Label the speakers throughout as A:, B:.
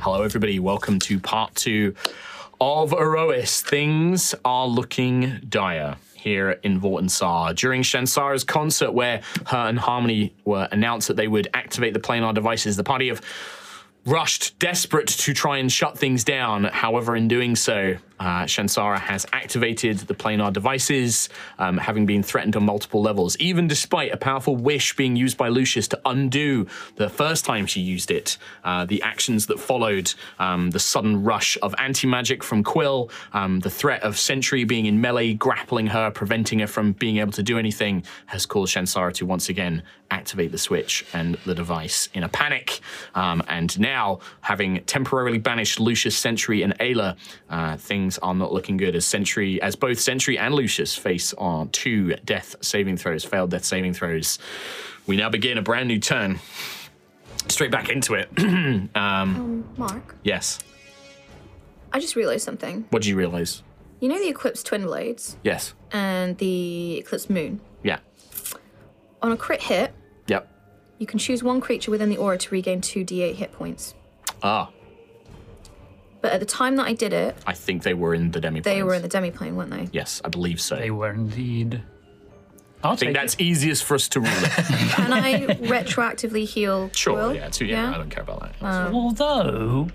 A: Hello, everybody. Welcome to part two of Erois. Things are looking dire here in Vortensar. During Shansara's concert, where her and Harmony were announced that they would activate the planar devices, the party have rushed, desperate to try and shut things down. However, in doing so, uh, Shansara has activated the planar devices, um, having been threatened on multiple levels, even despite a powerful wish being used by Lucius to undo the first time she used it. Uh, the actions that followed, um, the sudden rush of anti magic from Quill, um, the threat of Sentry being in melee, grappling her, preventing her from being able to do anything, has caused Shansara to once again activate the switch and the device in a panic. Um, and now, having temporarily banished Lucius, Sentry, and Ayla, uh, things are not looking good as Sentry, as both Sentry and Lucius face on two death saving throws, failed death saving throws. We now begin a brand new turn. Straight back into it.
B: Mark,
A: yes.
B: I just realized something.
A: What do you realize?
B: You know the Eclipse Twin Blades
A: Yes.
B: and the Eclipse Moon?
A: Yeah.
B: On a crit hit,
A: Yep.
B: you can choose one creature within the aura to regain 2d8 hit points.
A: Ah,
B: But at the time that I did it,
A: I think they were in the demi.
B: they were in the demiplane, weren't they?
A: Yes, I believe so.
C: They
A: I
C: were indeed. I'll
A: think
C: take
A: that's easiest for us to rule it.
B: Can I retroactively heal?
A: Sure.
B: Quill?
A: yeah. Two. Yeah, I don't care about that.
C: it. Although,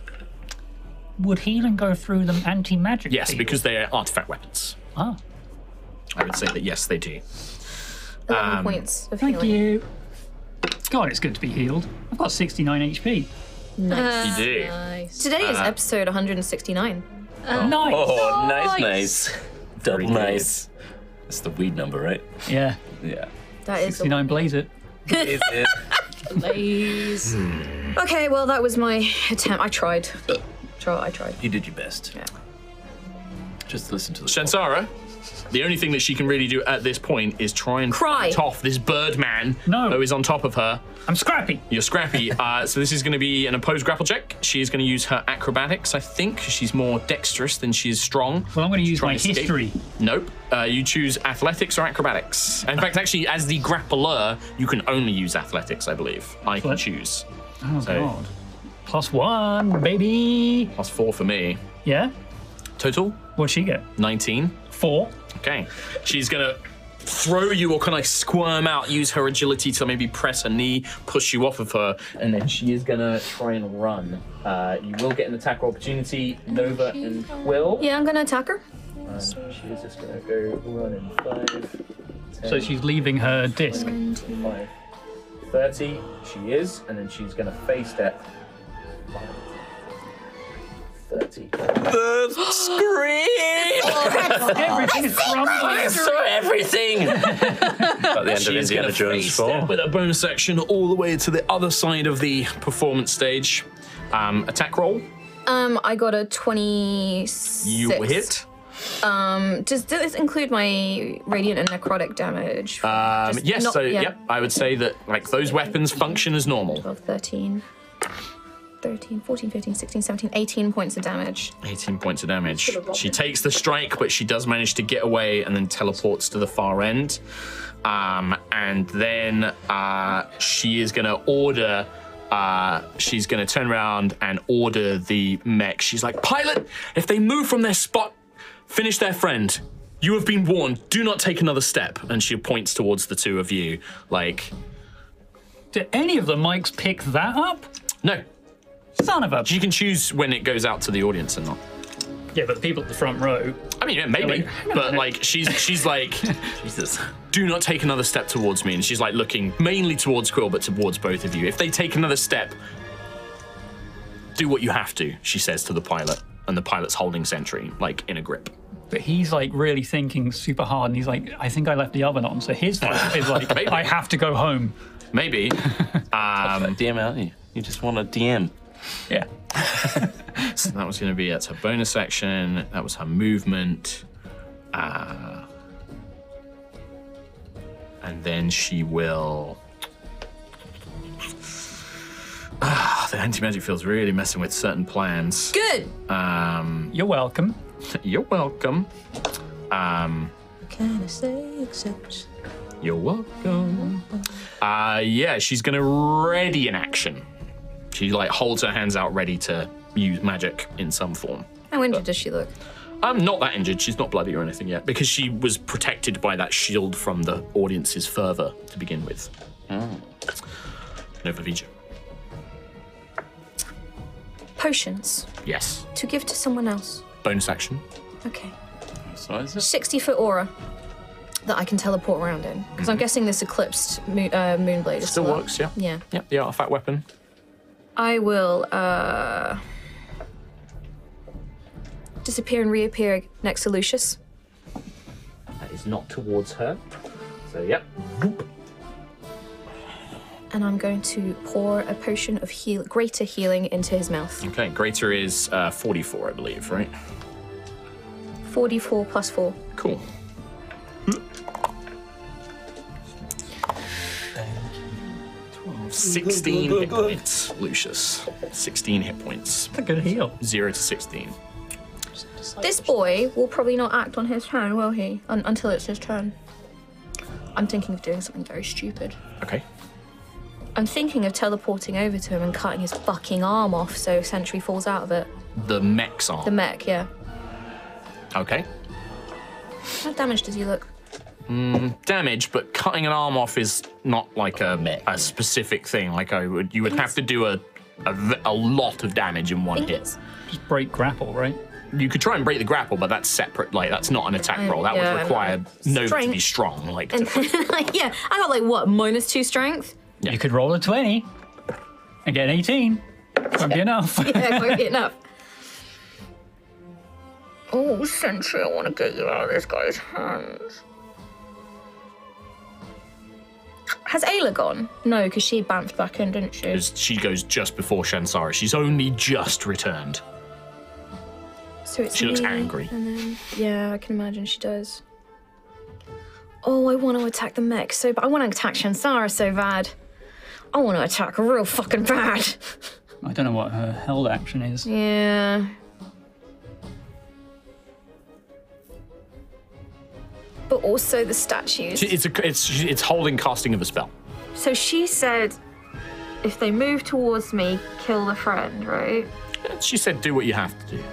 C: would healing go through them anti magic?
A: yes, because they are artifact weapons.
C: Ah,
A: I would say that yes, they do.
B: 11
A: Um,
B: points of
C: thank
B: healing.
C: you. God, it's good to be healed. I've got 69 HP.
A: You do.
D: Nice.
B: Today
A: Uh,
B: is episode 169.
C: nice.
E: Oh, nice, nice. Double nice. That's the weed number, right?
C: Yeah,
E: Yeah.
B: That is. the-
C: 69 blaze it.
E: Is it?
D: Please.
B: Okay, well, that was my attempt. I tried. Try, I tried.
E: You did your best.
B: Yeah.
E: Just listen to the
A: Shansara, the only thing that she can really do at this point is try and
B: Cry.
A: fight off this birdman
C: No.
A: who is on top of her.
C: I'm scrappy.
A: You're scrappy. uh, so this is going to be an opposed grapple check. She is going to use her acrobatics, I think. She's more dexterous than she is strong.
C: Well, I'm going to use
A: try
C: my
A: and escape.
C: history.
A: Nope. Uh, you choose athletics or acrobatics. In fact, actually, as the grappler, you can only use athletics, I believe. I can
C: What?
A: choose.
C: Oh,
A: So-
C: God. Plus one, baby.
A: That's four for me.
C: Yeah?
A: Total,
C: What'd she get?
A: 19.
C: Four.
A: Okay. She's gonna throw you or kind of squirm out, use her agility to maybe press her knee, push you off of her, and then she is gonna try and run. Uh, you will get an attack opportunity, Nova and Quill.
B: Yeah, I'm gonna attack her.
A: Um, she is just gonna go run in five,
C: So she's leaving her disc.
A: five, 30. She is, and then she's gonna face step. 30.
E: the screen.
C: Everything is crumbling.
E: saw everything. At the end of
A: She's
E: Indiana
A: gonna
E: Jones
A: face step
E: 4.
A: with a bonus action all the way to the other side of the performance stage. Um, attack roll.
B: Um, I got a 26.
A: You hit.
B: Um, Does this include my radiant and necrotic damage?
A: Um,
B: Just
A: yes,
B: not-
A: so
B: yeah.
A: yep, I would say that like those weapons function as normal.
B: 12, 13, 13, 14, 15, 16, 17, 18 points of damage.
A: 18 points of damage. She takes the strike, but she does manage to get away and then teleports to the far end. Um, and then uh, she is going to order. Uh, she's going to turn around and order the mech. She's like, Pilot, if they move from their spot, finish their friend. You have been warned. Do not take another step. And she points towards the two of you, like,
C: Did any of the mics pick that up?
A: no,
C: Son of a.
A: You can choose when it goes out to the audience or not.
C: Yeah, but the people at the front row.
A: I mean, yeah, maybe,
C: Wait, hang on a
A: but
C: minute.
A: like she's she's like,
E: Jesus.
A: do not take another step towards me, and she's like looking mainly towards Quill, but towards both of you. If they take another step, do what you have to, she says to the pilot, and the pilot's holding sentry like in a grip.
C: But he's like really thinking super hard, and he's like, I think I left the oven on. So his thought is like,
A: Maybe.
C: I have to go home.
A: Maybe. Um,
E: DM out you. You just want a DM.
C: Yeah.
A: so that was going to be that's her bonus action. That was her movement. Uh, and then she will. Ah, the anti magic field's really messing with certain plans.
D: Good.
A: Um,
C: You're welcome.
A: you're welcome. Um,
B: Can I say except?
A: You're welcome. Uh, yeah, she's gonna ready an action. She like holds her hands out ready to use magic in some form.
B: How
A: Uh.
B: injured does she look?
A: I'm not that injured. She's not bloody or anything yet because she was protected by that shield from the audience's fervor to begin with. Nova Vija.
B: Potions
A: Yes.
B: to give to someone else.
A: Bonus action.
B: Okay.
E: So is it?
B: 60 foot aura that I can teleport around in. Because I'm guessing this eclipsed moon, uh, Moonblade is
A: Mhm. Still
B: well.
A: works, yeah.
B: Yeah.
A: Yeah, the artifact weapon.
B: I will uh, disappear and reappear next to Lucius.
A: That is not towards her. So, yep.
B: And I'm going to pour a potion of heal- greater healing into his mouth.
A: Okay, greater is uh, 44, I believe, right?
B: 44 plus 4.
A: Cool. Sixteen hit points, Lucius. Sixteen hit points.
C: That's a good heal.
A: Zero to sixteen.
B: This boy will probably not act on his turn, will he? Un- until it's his turn. I'm thinking of doing something very stupid.
A: Okay.
B: I'm thinking of teleporting over to him and cutting his fucking arm off so Sentry falls out of it.
A: The mechs are
B: The mech, yeah.
A: okay.
B: How damaged does he look?
A: Damage, but cutting an arm off is not like a
E: Mech.
A: a specific thing. Like I would, you would have to do a a, v- a lot of damage in one hit.
C: Just break grapple, right?
A: You could try and break the grapple, but that's separate. Like that's not an attack
B: Um,
A: roll. That
B: yeah,
A: would
B: I
A: require
B: know.
A: no to be
B: Strength.
A: strong. Like to-
B: And like, yeah, I got like what minus two strength.
C: You could roll a 20 and get an 18. Won't be enough.
B: Yeah, quite enough. Oh, Sentry, I want to get you out of this guy's hands. Has Ayla gone? No, because she bounced back in, didn't she?
A: is- she goes just before Shansara. She's only just returned.
B: So it's
A: She looks
B: me,
A: angry.
B: and then- yeah, I can imagine she does. Oh, I want to attack the mech so bad. I want to attack Shansara so bad. I want to attack her real fucking bad.
C: I don't know what her held action is.
B: Yeah. But also the statues.
A: She- It's a, it's it's holding casting of a spell.
B: so she said, if they move towards me, kill the friend, right?
A: She said, "Do what you have to do."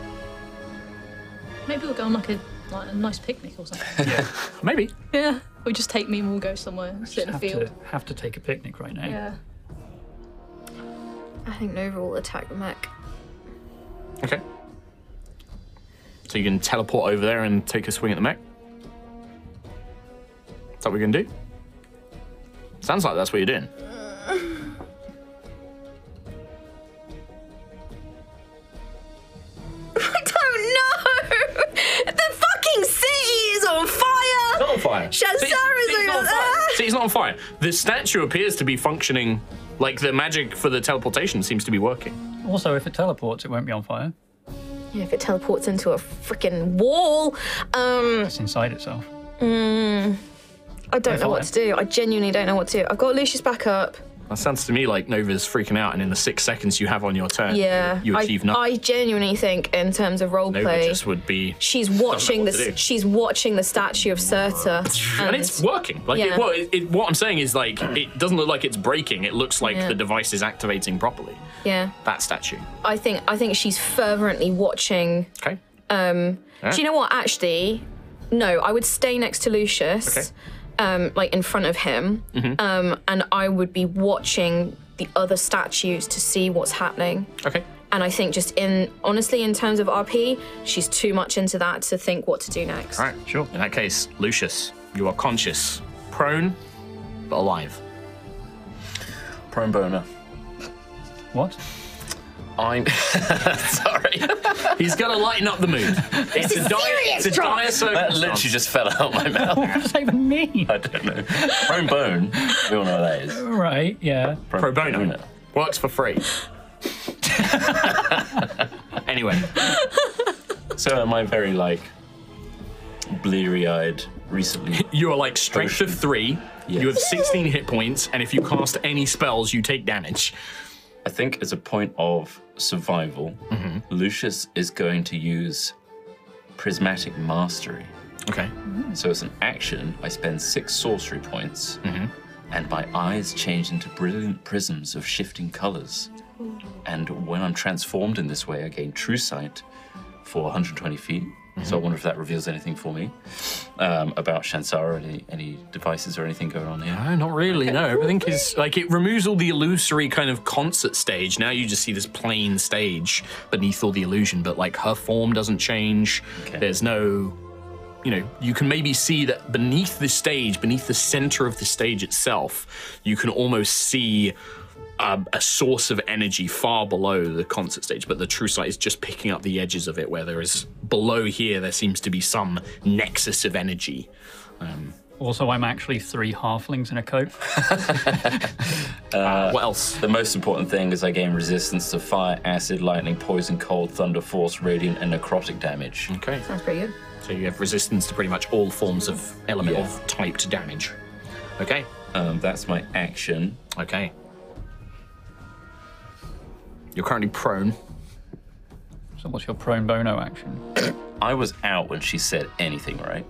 D: Maybe we'll go on like a like a nice picnic or something.
A: Maybe.
D: yeah. We just take me and we'll go somewhere, sit in a
C: Have
D: field.
C: to, have to take a picnic right now.
D: Yeah.
B: I think Nova will attack the mech.
A: Okay. So you can teleport over there and take a swing at the mech. Is that what you're gonna do? Sounds like that's what you're doing.
B: I don't know! The fucking city is on fire!
A: Not on fire.
B: Shansara's
A: City's not on
B: over
A: fire.
B: there.
A: City's not on fire. The statue appears to be functioning. Like the magic for the teleportation seems to be working.
C: Also, if it teleports, it won't be on fire.
B: Yeah, if it teleports into a freaking wall,
D: Mm.
B: um,
C: It's inside itself.
B: I don't know what to do. I genuinely don't know what to do. I've got Lucius back up.
A: That sounds to me like Nova's freaking out, and in the six seconds you have on your turn,
B: Yeah,
A: you
B: I-
A: achieve
B: I,
A: nothing.
B: genuinely think in terms of role
A: Nova
B: play,
A: just would be.
B: she's
A: what
B: watching
A: to do.
B: this. She's watching the statue of Serta, and,
A: And it's working. Like,
B: Yeah.
A: it, well, it, it, what I'm saying is, like, it doesn't look like it's breaking. It looks like
B: Yeah.
A: the device is activating properly.
B: yeah.
A: That statue.
B: I think I think she's fervently watching.
A: Okay.
B: Um,
A: Alright.
B: Do you know what? Actually, no. I would stay next to Lucius,
A: Okay. Mm-hmm.
B: um, like in front of him, um, and I would be watching the other statues to see what's happening.
A: Okay.
B: And I think just in honestly, in terms of RP, she's too much into that to think what to do next.
A: All right, sure. In that case, Lucius, you are conscious, prone, but alive.
E: Prone boner.
C: What?
E: I'm sorry.
A: He's gonna lighten up the mood. It's a dire, it's a dire
E: That
A: circumstance.
E: literally just fell out my mouth.
C: What does that even mean?
E: I don't know. Prone bone. We all know what that is.
C: Right, yeah.
E: Prone
A: pro bono. Works for free. anyway,
E: So am I very like bleary-eyed recently?
A: you are like strength of three. You have 16 hit points, and if you cast any spells, you take damage.
E: I think as a point of survival, Lucius is going to use prismatic mastery.
A: Okay.
E: So as an action, I spend six sorcery points, and my eyes change into brilliant prisms of shifting colors. And when I'm transformed in this way, I gain true sight for 120 feet. So I wonder if that reveals anything for me um, about Shansara, any, any devices or anything going on here.
A: No, not really. No, everything is like it removes all the illusory kind of concert stage. Now you just see this plain stage beneath all the illusion, but like her form doesn't change. There's no, you know, you can maybe see that beneath the stage, beneath the center of the stage itself, you can almost see um, a source of energy far below the concert stage, but the true sight is just picking up the edges of it, where there is below here, there seems to be some nexus of energy.
C: Also, I'm actually three halflings in a coat.
A: what else?
E: The most important thing is I gain resistance to fire, acid, lightning, poison, cold, thunder, force, radiant, and necrotic damage.
A: Okay.
B: Sounds pretty good.
A: So you have resistance to pretty much all forms of element of typed damage. Okay.
E: Um, that's my action.
A: Okay. You're currently prone.
C: So, what's your prone bono action?
E: I was out when she said anything, right?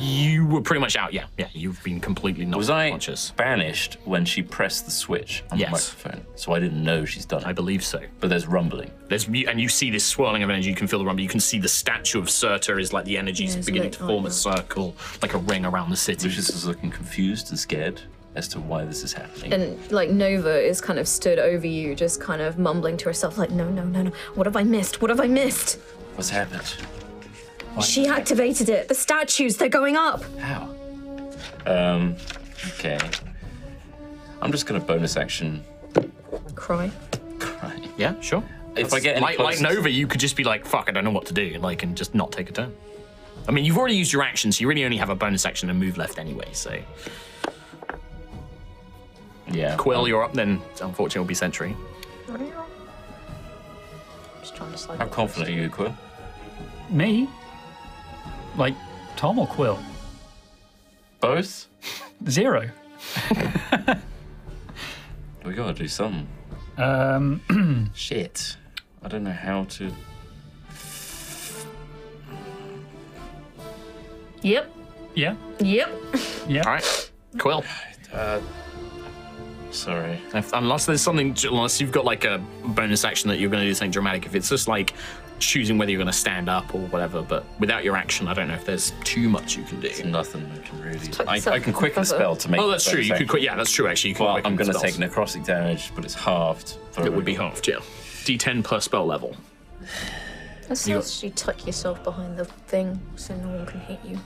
A: You were pretty much out. Yeah. Yeah. You've been completely not
E: Was I
A: conscious.
E: banished when she pressed the switch on
A: Yes.
E: the microphone? So I didn't know she's done
A: I
E: it.
A: believe so.
E: But there's rumbling.
A: There's you- and you see this swirling of energy. You can feel the rumble. You can see the statue of Surtur is like the energy's
B: Yeah, it's
A: beginning
B: lit
A: to
B: like
A: form a
B: that.
A: circle, like a ring around the city.
E: Lucius is looking confused and scared as to why this is happening.
B: And like Nova is kind of stood over you, just kind of mumbling to herself, like, no, no, no, no. What have I missed? What have I missed?
E: What's happened?
B: She activated it. The statues, they're going up.
E: How? Um, okay. I'm just gonna bonus action.
B: Cry.
E: Right.
A: yeah. Sure.
E: If I get any
A: like, like
E: closer-
A: Nova, you could just be like, "Fuck, I don't know what to do," like, and just not take a turn. I mean, you've already used your action, so you really only have a bonus action and move left anyway. So,
E: Yeah.
A: Quill, you're up. Then, unfortunately, it'll be Sentry.
D: Just trying to slow
E: How confident are you, Quill?
C: Me? Like Tom or Quill?
E: Both?
C: Zero.
E: We gotta do something.
C: Um,
E: Shit. I don't know how to.
D: Yep.
C: yeah,
B: Yep.
C: yeah.
A: All right, Quill.
E: Sorry.
A: If, unless there's something, unless you've got like a bonus action that you're going to do something dramatic. If it's just like choosing whether you're going to stand up or whatever, but without your action, I don't know if there's too much you can do.
E: Nothing I can really.
B: put
E: I,
B: yourself
E: I can quicken
B: in
E: the
B: cover.
E: spell to make.
A: Oh, that's
E: the
A: true. You
E: bonus
A: could
E: action.
A: quit. Yeah, that's true. Actually, you can.
E: Well,
A: quicken
E: I'm going to
A: spells.
E: take necrotic damage, but it's halved.
A: It would be halved. Yeah, D10 per spell level.
B: As soon as you tuck yourself behind the thing so no one can hit you.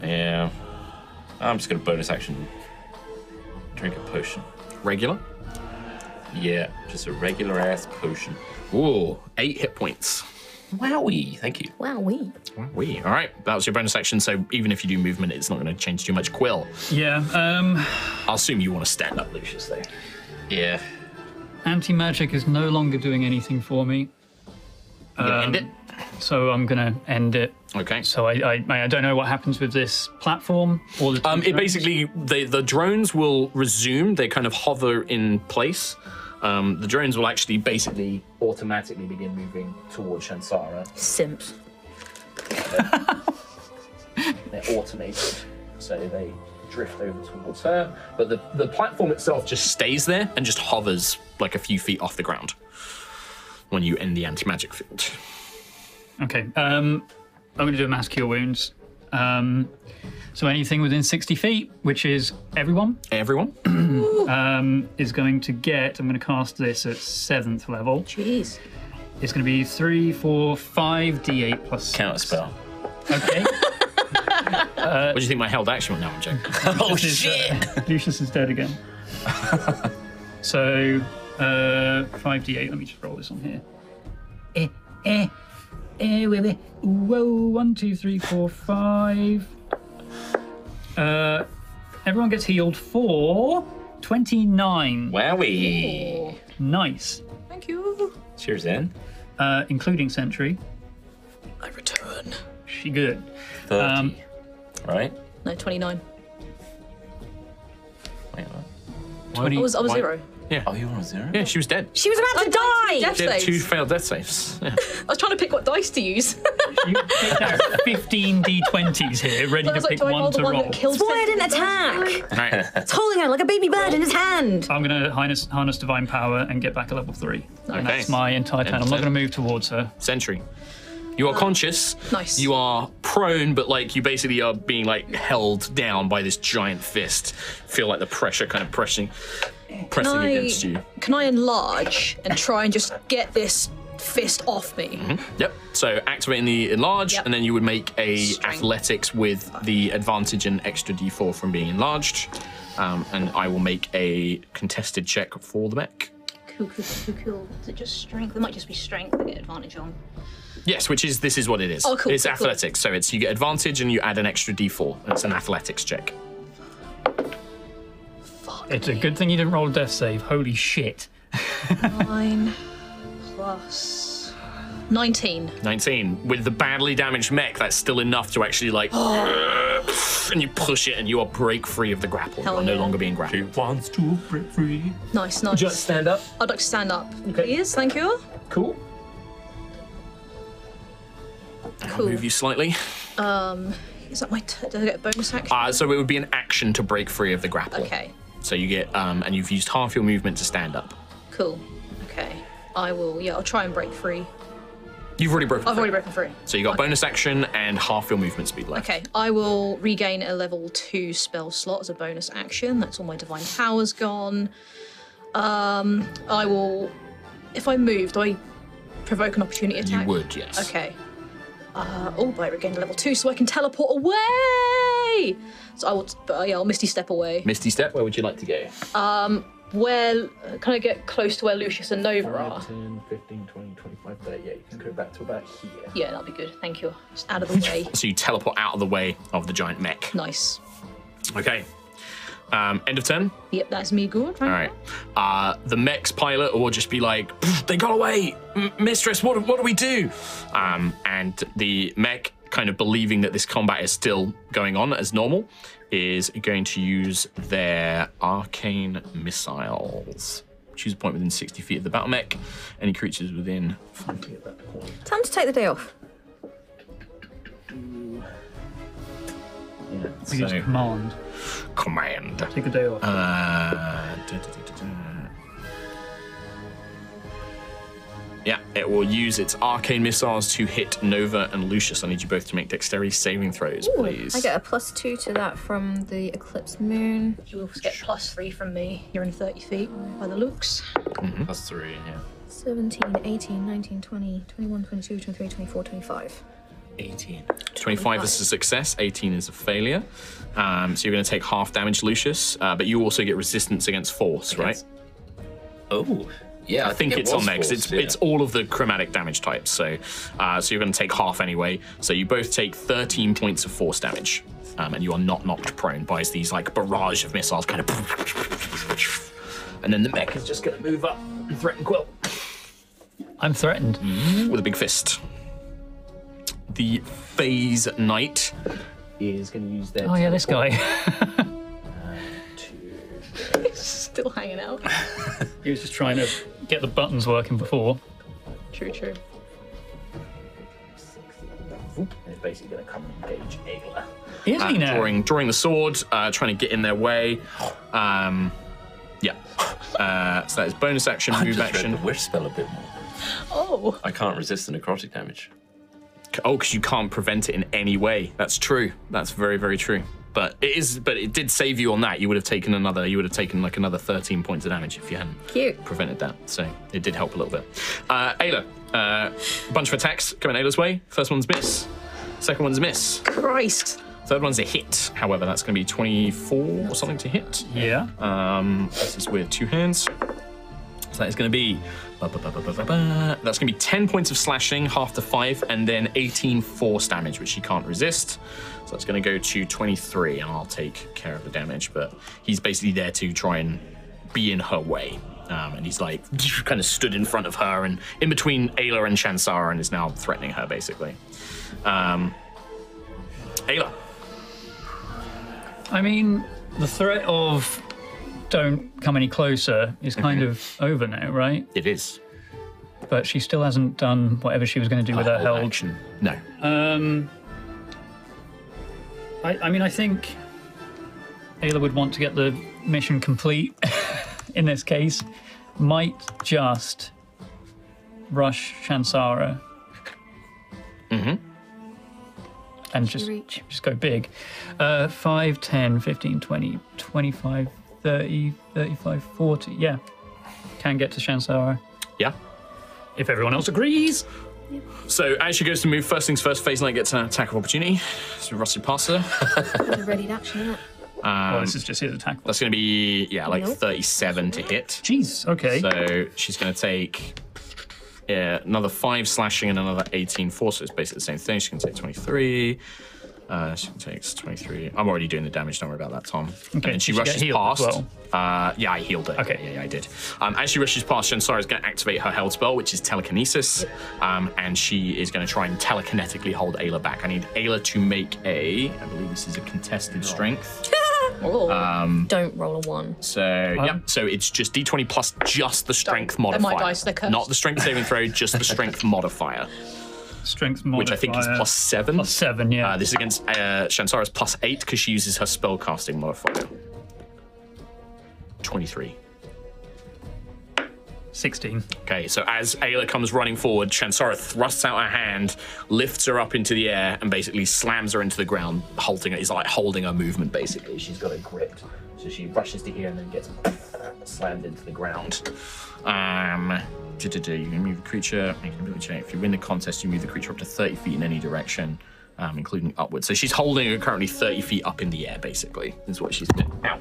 E: Yeah. I'm just going to bonus action. Drink a potion.
A: Regular.
E: Yeah, just a regular ass potion.
A: Ooh, eight hit points.
E: Wowie! Thank you.
B: Wow, we.
A: We. All right, that was your bonus action. So even if you do movement, it's not going to change too much. Quill.
C: Yeah, um,
A: I'll assume you want to stand up, Lucius. Though.
E: Yeah.
C: anti magic is no longer doing anything for me,
A: You gonna end it.
C: so I'm gonna end it.
A: Okay.
C: So I, I, I don't know what happens with this platform or the.
A: Um, it basically the the drones will resume. They kind of hover in place. Um, the drones will actually basically automatically begin moving towards Shansara.
B: Simps.
A: They're automated, so they drift over towards her. But the the platform itself just stays there and just hovers like a few feet off the ground. When you end the anti magic field,
C: Okay. Um, I'm gonna do a mass cure wounds. Um, so anything within 60 feet, which is everyone.
D: Uh,
A: everyone.
C: um, is going to get. I'm going to cast this at seventh level.
D: Jeez.
C: It's going to be three, four, five d8 plus.
E: Counter spell.
C: Okay.
A: What do you think my held action went? No, I'm joking.
E: oh shit!
C: Lucius is dead again. so, uh, 5d8. Let me just roll this on here. Eh, eh, eh, with it. Whoa, one, two, three, four, five. Uh, everyone gets healed for 29.
E: Wowie!
C: Nice.
D: Thank you.
E: Cheers, then.
C: Uh, including Sentry.
D: I return.
C: She good.
E: Thirty.
C: Um,
E: right?
D: No, 29.
E: Wait, what?
D: I was, I was
A: Why-
D: zero.
E: Oh, you were on zero?
A: Yeah, she was dead.
B: She was about to
D: I
B: die!
D: died to
A: She had
D: death
A: two
D: saves.
A: failed death saves. Yeah.
D: I was trying to pick what dice to use.
C: You picked out 15 d20s here, ready
D: I
C: to
D: was like,
C: pick
D: do I roll
C: one
D: the
C: to
D: one
C: roll.
D: that kills
B: That's why I didn't
D: Sentry?
B: attack!
A: All right.
B: It's holding her like a baby bird in his hand!
C: I'm going to harness, harness divine power and get back a level three. And
A: Okay.
C: that's my entire turn. I'm not
A: Understand.
C: going to move towards her.
A: Sentry. You are conscious.
D: Oh. nice.
A: You are prone, but like you basically are being like held down by this giant fist. Feel like the pressure kind of pressing, pressing
D: Can I-
A: against you.
D: Can I enlarge and try and just get this fist off me?
C: Mm-hmm.
A: Yep. So activating the enlarge,
D: Yep.
A: and then you would make a
D: Strength.
A: athletics with the advantage and extra d4 from being enlarged. Um, and I will make a contested check for the mech.
D: Cool, cool, cool, cool. Is it just strength? It might just be strength I get advantage on.
A: Yes, which is this is what it is.
D: Oh, cool,
A: It's
D: cool, cool.
A: athletics, so it's you get advantage and you add an extra d4. It's an athletics check.
C: It's a good thing you didn't roll a death save. Holy shit.
D: Nine plus 19.
A: 19 with the badly damaged mech that's still enough to actually like and you push it and you are break free of the grapple
D: Hell
A: you're no
D: yeah.
A: longer being grappled
C: Wants to break free.
D: Nice, nice.
C: stand up.
D: I'd like to stand up.
C: Okay.
D: Please, thank you.
C: Cool.
D: Cool.
A: move you slightly
D: Is that my t- do I get a bonus action?
C: Ah.
A: uh, so it would be an action to break free of the grapple
D: okay,
A: so you get um, and you've used half your movement to stand up
D: cool. Okay. I will, yeah, I'll try and break free.
A: you've already broken
D: I've
A: free.
D: already broken free.
A: so you got bonus action and half your movement speed left
D: Okay, I will regain a level two spell slot as a bonus action. That's all my divine powers gone. Um, I will. If I move, do I provoke an opportunity attack?
A: you would yes
D: Okay. Uh, oh, but I regained a level two, so I can teleport away. So I will. T- but, uh, yeah, I'll misty step away.
A: misty step where would you like to go
D: Where uh, can I get close to where Lucius and Nova are?
E: 10, 15, 20, 25, 30. Yeah, you can go back to about here.
D: Yeah, that'll be good. Thank you. Just out of the way.
A: so you teleport out of the way of the giant mech
D: nice.
A: okay um, end of turn
D: Yep, that's me. Good.
A: All right. Uh, the mech's pilot will just be like, "Pfft, they got away, M- mistress. What, what do we do? Um, and the mech, kind of believing that this combat is still going on as normal, is going to use their arcane missiles. Choose a point within 60 feet of the battle mech. Any creatures within.
B: Time to take the day off.
C: We just
A: So-
C: command.
A: command.
C: Take a day off.
A: Uh, da, da, da, da, da. Yeah, it will use its arcane missiles to hit Nova and Lucius. I need you both to make dexterity saving throws, please.
B: I get a plus two to that from the eclipse moon.
D: You will get plus three from me. You're in 30 feet by the looks.
E: Plus Hmm? three, yeah.
B: 17, 18, 19, 20, 21, 22, 23, 24, 25.
E: 18.
A: 25 is a success, 18 is a failure. Um, so you're going to take half damage, Lucius, uh, but you also get resistance against force, right?
E: Oh. Yeah,
A: I think it's on next. It's it's
E: all
A: all of the chromatic damage types, so uh, so you're going to take half anyway. So you both take 13 points of force damage, um, and you are not knocked prone by these like barrage of missiles, kind of. And then the mech is just going to move up and threaten Quill
C: I'm threatened.
A: with a big fist. The phase knight is going to use their
C: Oh, yeah, this guy.
D: Still hanging out.
C: he was just trying to get the buttons working before.
D: True, true.
E: It's basically going to come and engage Ayla.
C: Is he now?
A: drawing drawing the sword, uh, trying to get in their way. Um, yeah. Uh, so that is bonus action,
E: I
A: move
E: just
A: action.
E: read the wish spell a bit more.
D: Oh,
E: I can't resist the necrotic damage.
A: Oh, because you can't prevent it in any way. That's true. That's very, very true. But it is. But it did save you on that. You would have taken another. You would have taken like another 13 points of damage if you hadn't
B: Cute.
A: prevented that. So it did help a little bit. Uh, Ayla, uh, bunch of attacks coming Ayla's way. First one's miss. Second one's miss.
D: Christ.
A: Third one's a hit. However, that's going to be 24 or something to hit.
C: Yeah.
A: Um, this is with two hands. So that is going to be. ba, ba, ba, ba, ba, ba, ba. That's going to be 10 points of slashing, half to 5, and then 18 force damage, which he can't resist. So that's going to go to 23, and I'll take care of the damage. But he's basically there to try and be in her way. Um, and he's like kind of stood in front of her and in between Ayla and Shansara and is now threatening her, basically. Um, Ayla.
C: I mean, the threat of don't come any closer is kind of over now, right?
A: It is.
C: But she still hasn't done whatever she was going to do with her
A: Whole
C: held.
A: action. No.
C: Um, I, I mean, I think Ayla would want to get the mission complete in this case. Might just rush Shansara.
A: Mm-hmm.
C: And just,
B: reach.
C: just go big. Uh, 5, 10, 15, 20, 25, 30, 35, 40. Yeah. Can get to Shansara.
A: Yeah.
C: If everyone else agrees.
A: So as she goes to move, first things first, Phase Knight gets an attack of opportunity. So rusted past her.
B: That's a readied action, isn't it?
C: oh, this is just his attack.
A: That's going to be yeah, like
B: Nope.
A: 37 to hit.
C: Jeez, okay.
A: So she's going to take yeah, another five slashing and another 18 force. So it's basically the same thing. She can take 23. Uh, she takes 23. I'm already doing the damage. Don't worry about that, Tom. and
C: Okay,
A: then she
C: did you get
A: rushes
C: healed
A: past.
C: as well?
A: Uh, yeah, I healed her.
C: Okay.
A: Yeah, yeah, I did. Um, as she rushes past, Shansara is going to activate her held spell, which is telekinesis, um, and she is going to try and telekinetically hold Ayla back. I need Ayla to make a. I believe this is a contested strength.
D: Oh,
A: Um,
B: Don't roll a one.
A: So yeah, so it's just d20 plus just the strength
D: Don't. They're my
A: modifier,
D: dice, they're cursed.
A: not the strength saving throw, just the strength modifier,
C: Strength modifier.
A: which I think is plus seven.
C: Plus seven, yeah.
A: Uh, this is against uh, Shansara's plus eight because she uses her spellcasting modifier. Twenty-three.
C: 16.
A: Okay, so as Ayla comes running forward, Shansara thrusts out her hand, lifts her up into the air, and basically slams her into the ground, halting her. Is like holding her movement, basically. She's got it gripped. So she rushes to here and then gets slammed into the ground. Um, du-du-du, you can move the creature, make an ability check. If you win the contest, you move the creature up to 30 feet in any direction, um, including upwards. So she's holding her currently 30 feet up in the air, basically, is what she's doing. Ow.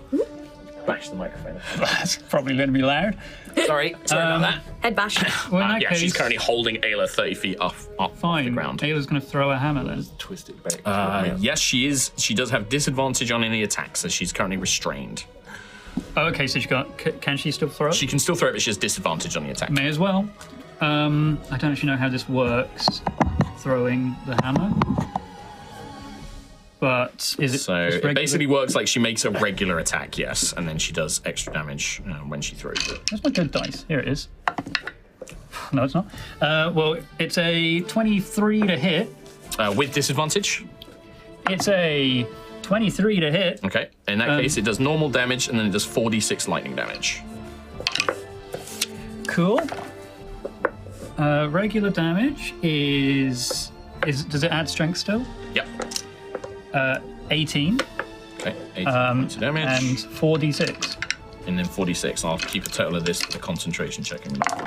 A: Bash the microphone. Um,
C: That's probably going to be loud.
A: Sorry, sorry about that.
B: Head bash.
C: Well, in
A: Uh,
C: that
A: yeah,
C: case,
A: she's currently holding Ayla 30 feet off, off off
C: fine.
A: the ground.
C: Taylor's going to throw a hammer then.
E: Twisted back.
A: Uh, yes, she is. She does have disadvantage on any attacks, as she's currently restrained.
C: Oh, okay, so she got. C- can she still throw? it?
A: She can still throw it, but she has disadvantage on the attack.
C: may as well. Um, I don't actually know how this works. Throwing the hammer. But is it
A: So
C: just
A: it
C: regular-
A: basically works like she makes a regular attack, yes, and then she does extra damage uh, when she throws it.
C: Where's my good dice? Here it is. No, it's not. Uh, well, it's a 23 to hit.
A: Uh, with disadvantage,
C: It's a 23 to hit.
A: okay. In that
C: Um,
A: case, it does normal damage, and then it does 4d6 lightning damage.
C: Cool. Uh, regular damage is is does it add strength still?
A: Yep.
C: Uh, 18
A: Okay. 18 points of damage,
C: Um, and
A: and,
C: 4d6.
A: then 46. I'll keep a total of this for the concentration check. I'm gonna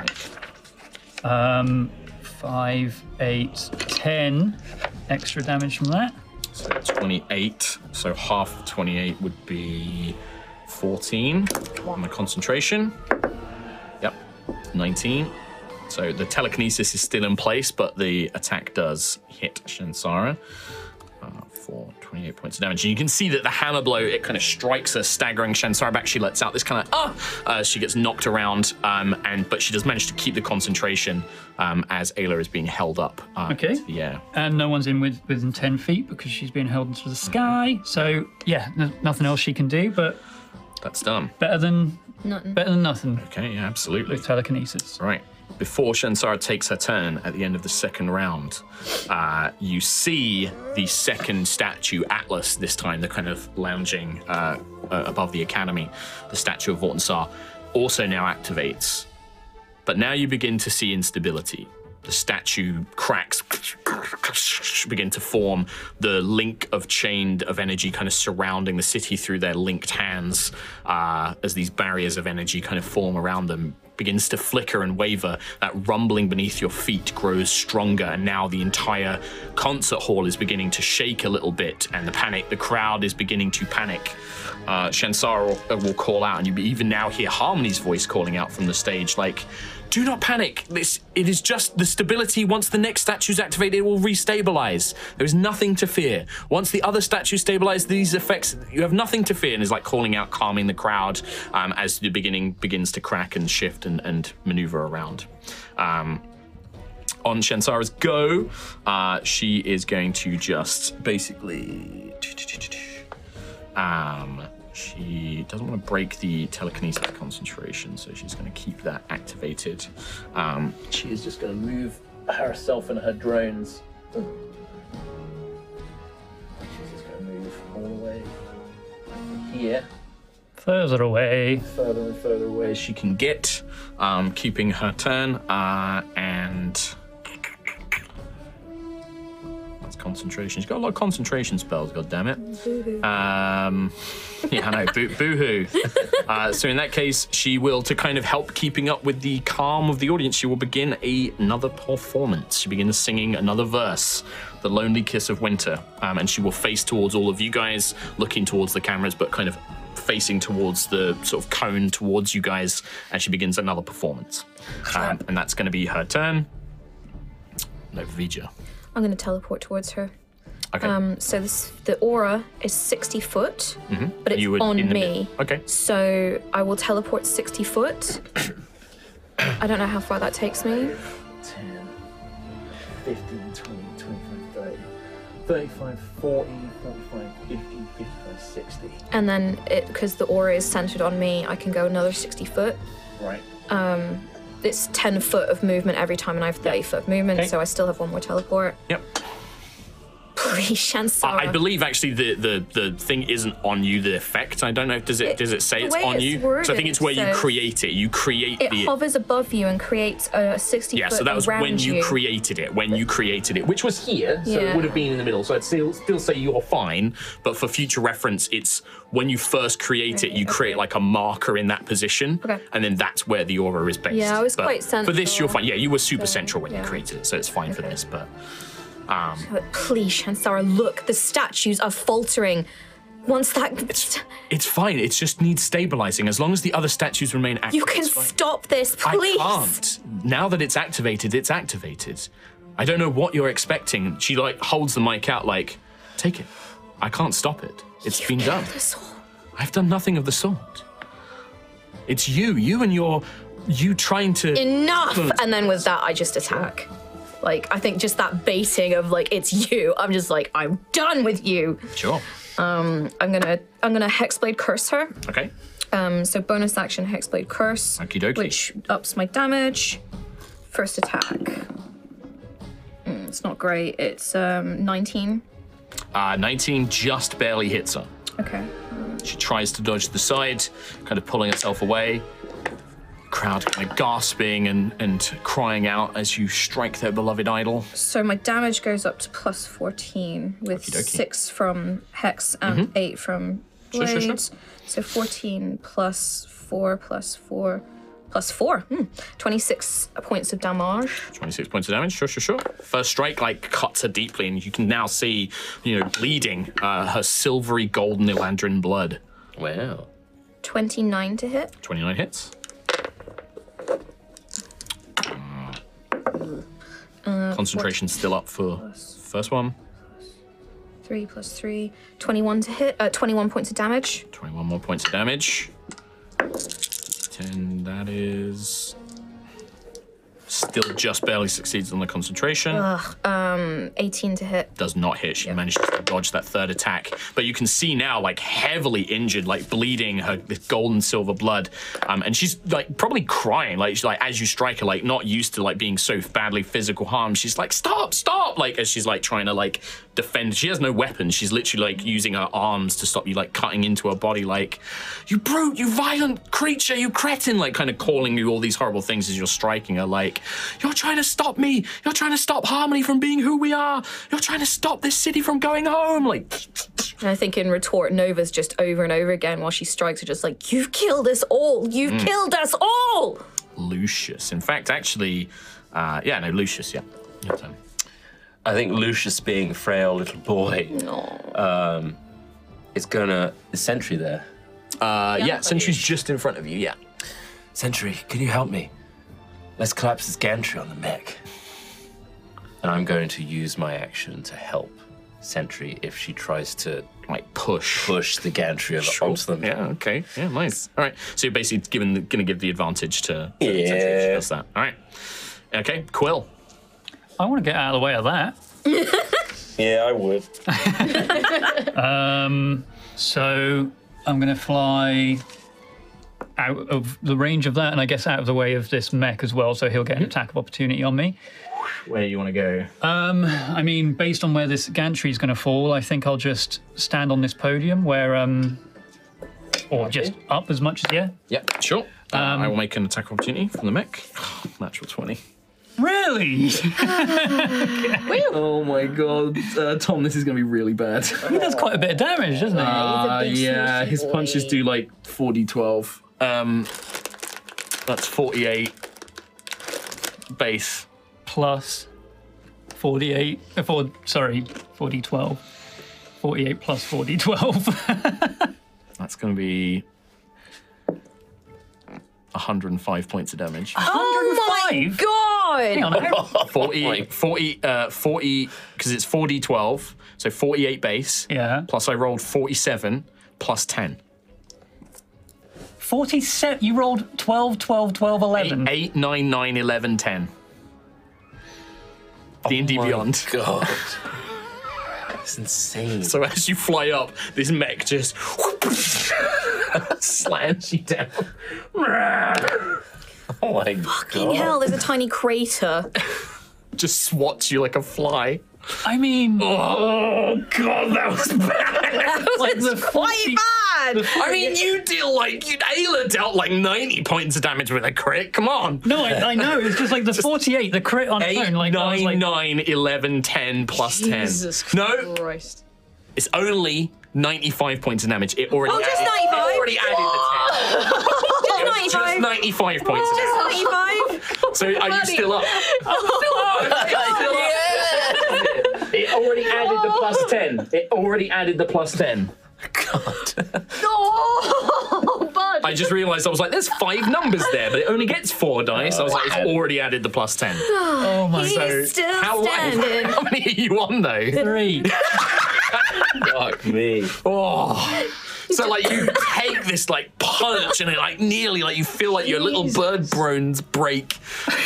A: make.
C: Um, 5, 8, 10 extra damage from that.
A: So 28. So half of 28 would be 14 on my concentration. Yep. 19. So the telekinesis is still in place, but the attack does hit Shansara. Uh, for 28 points of damage. And you can see that the hammer blow, it kind of strikes her, staggering Shansara back. She lets out this kind of, ah! Uh, she gets knocked around, um, and but she does manage to keep the concentration um, as Ayla is being held up. Uh,
C: Okay.
A: into the air.
C: And no one's in with, within 10 feet because she's being held into the sky. So, yeah, n- nothing else she can do, but
A: That's done.
C: better than
B: Nothing.
C: better than nothing
A: Okay, yeah, absolutely.
C: with telekinesis.
A: Right. Before Shansara takes her turn at the end of the second round, uh, you see the second statue, Atlas, this time, the kind of lounging uh, uh, above the academy. The statue of Vortensar also now activates. But now you begin to see instability. The statue cracks begin to form. The link of chained of energy kind of surrounding the city through their linked hands uh, as these barriers of energy kind of form around them begins to flicker and waver. That rumbling beneath your feet grows stronger, and now the entire concert hall is beginning to shake a little bit, and the panic, the crowd is beginning to panic. Uh, Shansara will, will call out, and you even now hear Harmony's voice calling out from the stage, like, "Do not panic. This it is just the stability. Once the next statue's activated, it will restabilize. There is nothing to fear. Once the other statues stabilize, these effects you have nothing to fear." And is like calling out, calming the crowd um, as the beginning begins to crack and shift and, and maneuver around. Um, on Shansara's go, uh, she is going to just basically. Um, she doesn't want to break the telekinesis concentration, so she's going to keep that activated. Um, she is just going to move herself and her drones. She's just going to move all the way here
C: Further away.
A: further and further away as she can get, um, keeping her turn. Uh, and that's concentration. She's got a lot of concentration spells. God damn it. Um, yeah, I know. Boo, boo-hoo. Uh, so in that case, she will, to kind of help keeping up with the calm of the audience, she will begin a- another performance. She begins singing another verse, "The Lonely Kiss of Winter," um, and she will face towards all of you guys, looking towards the cameras, but kind of facing towards the sort of cone towards you guys as she begins another performance. Um, and that's going to be her turn. No, Vija.
B: I'm going to teleport towards her.
A: Okay.
B: Um, so this, the aura is 60 foot, but it's
A: Mm-hmm. you were
B: on
A: in the mid-
B: me.
A: Okay.
B: So I will teleport 60 foot. I don't know how far that takes me.
F: 10, 15, 20, 25, 30, 35, 40, 45, 50, 55, 60.
B: And then, because the aura is centered on me, I can go another 60 foot. Um,
F: Right.
B: It's 10 foot of movement every time, and I have 30 foot of movement,
A: Okay.
B: so I still have one more teleport.
A: Yep.
B: Please, Shansara.
A: I believe actually the, the the thing isn't on you. The effect. I don't know. Does it, does it say
B: the
A: it's
B: way
A: on
B: it's
A: you? so I
B: worded
A: think it's where you
B: says-
A: create it. You create
B: It
A: the.
B: hovers above you and creates a 60
A: yeah,
B: foot
A: so that was
B: around
A: when you,
B: you.
A: created it. When you created it, which was here, so it
B: Yeah.
A: would have been in the middle. So I'd still still say you're fine, but for future reference, it's when you first create it, you create like a marker in that position,
B: Okay.
A: and then that's where the aura is based.
B: Yeah, I was
A: But
B: quite
A: For this, you're
B: central,
A: fine. Yeah, you were super
B: so,
A: central when you
B: yeah.
A: created it, so it's fine for this. But
B: But please, Shansara, look, the statues are faltering. Once that.
A: it's fine. It just needs stabilizing. As long as the other statues remain active,
B: you can
A: it's fine.
B: stop this, please.
A: I can't. Now that it's activated, it's activated. I don't know what you're expecting. She like holds the mic out like, take it. I can't stop it. It's been done.
B: This whole-
A: I've done nothing of the sort. It's you, you and your you trying to
B: Enough!
A: Hmm.
B: And then with that, I just attack. Like, I think just that baiting of, like, it's you, I'm just like, I'm done with you.
A: Sure.
B: I'm gonna, I'm gonna Hexblade curse her.
A: Okay.
B: Um, so bonus action Hexblade Curse,
A: Okie dokie.
B: which ups my damage. First attack. Mm, it's not great. It's um, 19.
A: Uh, 19 just barely hits her.
B: Okay.
A: She tries to dodge to the side, kind of pulling herself away. Crowd kind of gasping and, and crying out as you strike their beloved idol.
B: So my damage goes up to plus 14 with
A: Okie dokie. Mm-hmm.
B: six from Hex and eight from
A: Sure,
B: Blade.
A: sure, sure.
B: So 14 plus four plus four plus four. Hmm. 26 points of damage.
A: 26 points of damage. Sure, sure, sure. First strike like cuts her deeply, and you can now see, you know, bleeding uh, her silvery golden Elandrin blood.
E: Wow.
B: 29 to hit.
A: 29 hits. Concentration still up for first one.
B: Three plus three. 21 to hit. Uh, 21 points of damage.
A: 21 more points of damage. 10, that is. Still just barely succeeds on the concentration.
B: 18 to hit.
A: does not hit. She manages to dodge that third attack, but you can see now, like heavily injured, like bleeding, her this gold and silver blood, um, and she's like probably crying, like she's, like as you strike her, like not used to like being so badly physical harmed. She's like, stop, stop, like as she's like trying to like defend. She has no weapons. She's literally like using her arms to stop you like cutting into her body, like you brute, you violent creature, you cretin, like kind of calling you all these horrible things as you're striking her, like like, You're trying to stop me. You're trying to stop Harmony from being who we are. You're trying to stop this city from going home. Like,
B: And I think in retort, Nova's just over and over again while she strikes are just like, You've killed us all! You've
A: Mm.
B: killed us all!
A: Lucius. In fact, actually, uh, yeah, no, Lucius, yeah. Your turn.
E: I think Lucius, being a frail little boy, um, is gonna the sentry there.
A: Uh, yeah, Sentry's just in front of you, yeah.
E: Sentry, can you help me? Let's collapse this gantry on the mech. And I'm going to use my action to help Sentry if she tries to
A: Like, push.
E: push the gantry over onto the mech.
A: Yeah, okay. Yeah, nice. All right. So you're basically giving the, gonna give the advantage to, to
E: Yeah.
A: Sentry. That's that. All right. Okay, Quill.
C: I want to get out of the way of that.
E: Yeah, I would.
C: So I'm going to fly out of the range of that, and I guess out of the way of this mech as well. So he'll get an attack of opportunity on me.
A: Where you want to go?
C: I mean, based on where this gantry is going to fall, I think I'll just stand on this podium where, um, or just up as much as yeah.
A: Yeah, sure. Uh, I will make an attack opportunity from the mech. Natural 20.
C: Really? he
F: Oh my god, uh, Tom, this is gonna be really bad.
C: does quite a bit of damage, doesn't he?
F: Uh, yeah, his punches do like 40 12.
A: Um, that's 48 base.
C: plus 48, uh, four, sorry, 4d12. 48 plus 4d12.
A: That's going to be 105 points of damage.
B: Oh my
C: Five?
B: god!
C: Hang on, how-
A: 40, 40, uh, 40, because it's 4 12 so 48 base.
C: Yeah.
A: Plus I rolled 47, plus 10.
C: 47, you rolled 12, 12, 12, 11.
A: 8, 9, 9, 11, 10. D&D Beyond.
E: God. It's insane.
A: So as you fly up, this mech just slams you down.
E: oh my
B: Fucking hell, there's a tiny crater.
A: Just swats you like a fly.
C: I mean,
A: Oh god, that was bad.
C: like the 40,
B: Bad!
A: I mean, you deal like you Ayla dealt like 90 points of damage with a crit. Come on.
C: No, I, I know. It's just like the 48, the crit on its
A: 8,
C: own. Like, I was
A: 9,
C: like
A: 9, 11, 10 plus 10. No,
D: Christ.
A: it's only 95 points of damage. It already
B: Oh, just
A: added, it
B: 95?
A: already added the 10.
B: Just
A: It's just
B: 95!
A: 95 points of damage.
B: Just 95!
A: So are you still up?
B: Oh,
A: It already added the plus 10. It already added the plus 10.
D: Oh, bud.
A: I just realised I was like, there's five numbers there, but it only gets four dice. I was like,
B: Oh,
A: it's already added the plus 10.
C: oh my
B: He's
C: god.
B: still
A: How,
B: standing.
A: how many are you on though?
C: Three.
E: Fuck me.
A: Oh. So like you take this like punch and it like nearly like you feel like your little bird brones break.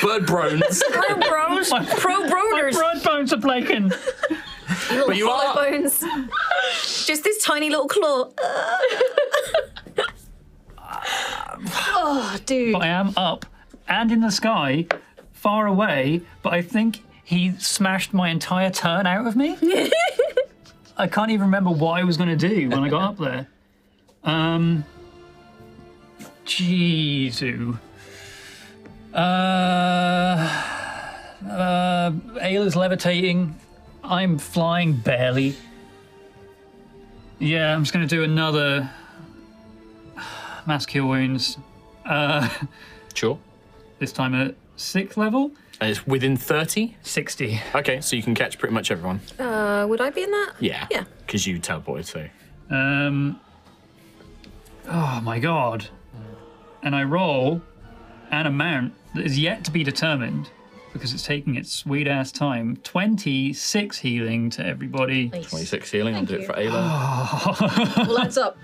A: Bird brones.
B: Pro bros, pro broders,
C: Broad bones are breaking.
A: but you
B: hollow
A: are
B: bones. Just this tiny little claw.
D: oh, dude.
C: I am up and in the sky, far away, but I think he smashed my entire turn out of me. I can't even remember what I was going to do when I got up there. Um, Jesu. Uh, uh, Ayla's levitating. I'm flying barely. Yeah, I'm just going to do another mass cure wounds.
A: Sure.
C: This time at sixth level.
A: And it's within 30.
C: 60.
A: Okay, so you can catch pretty much everyone.
B: Uh, would I be in that?
A: Yeah.
B: Yeah.
A: Because you teleported, so.
C: Um, oh my god. And I roll an amount that is yet to be determined because it's taking its sweet ass time. 26 healing to everybody.
A: 26 healing, I'll do it
D: you.
A: for Ayla.
D: Well, that's up.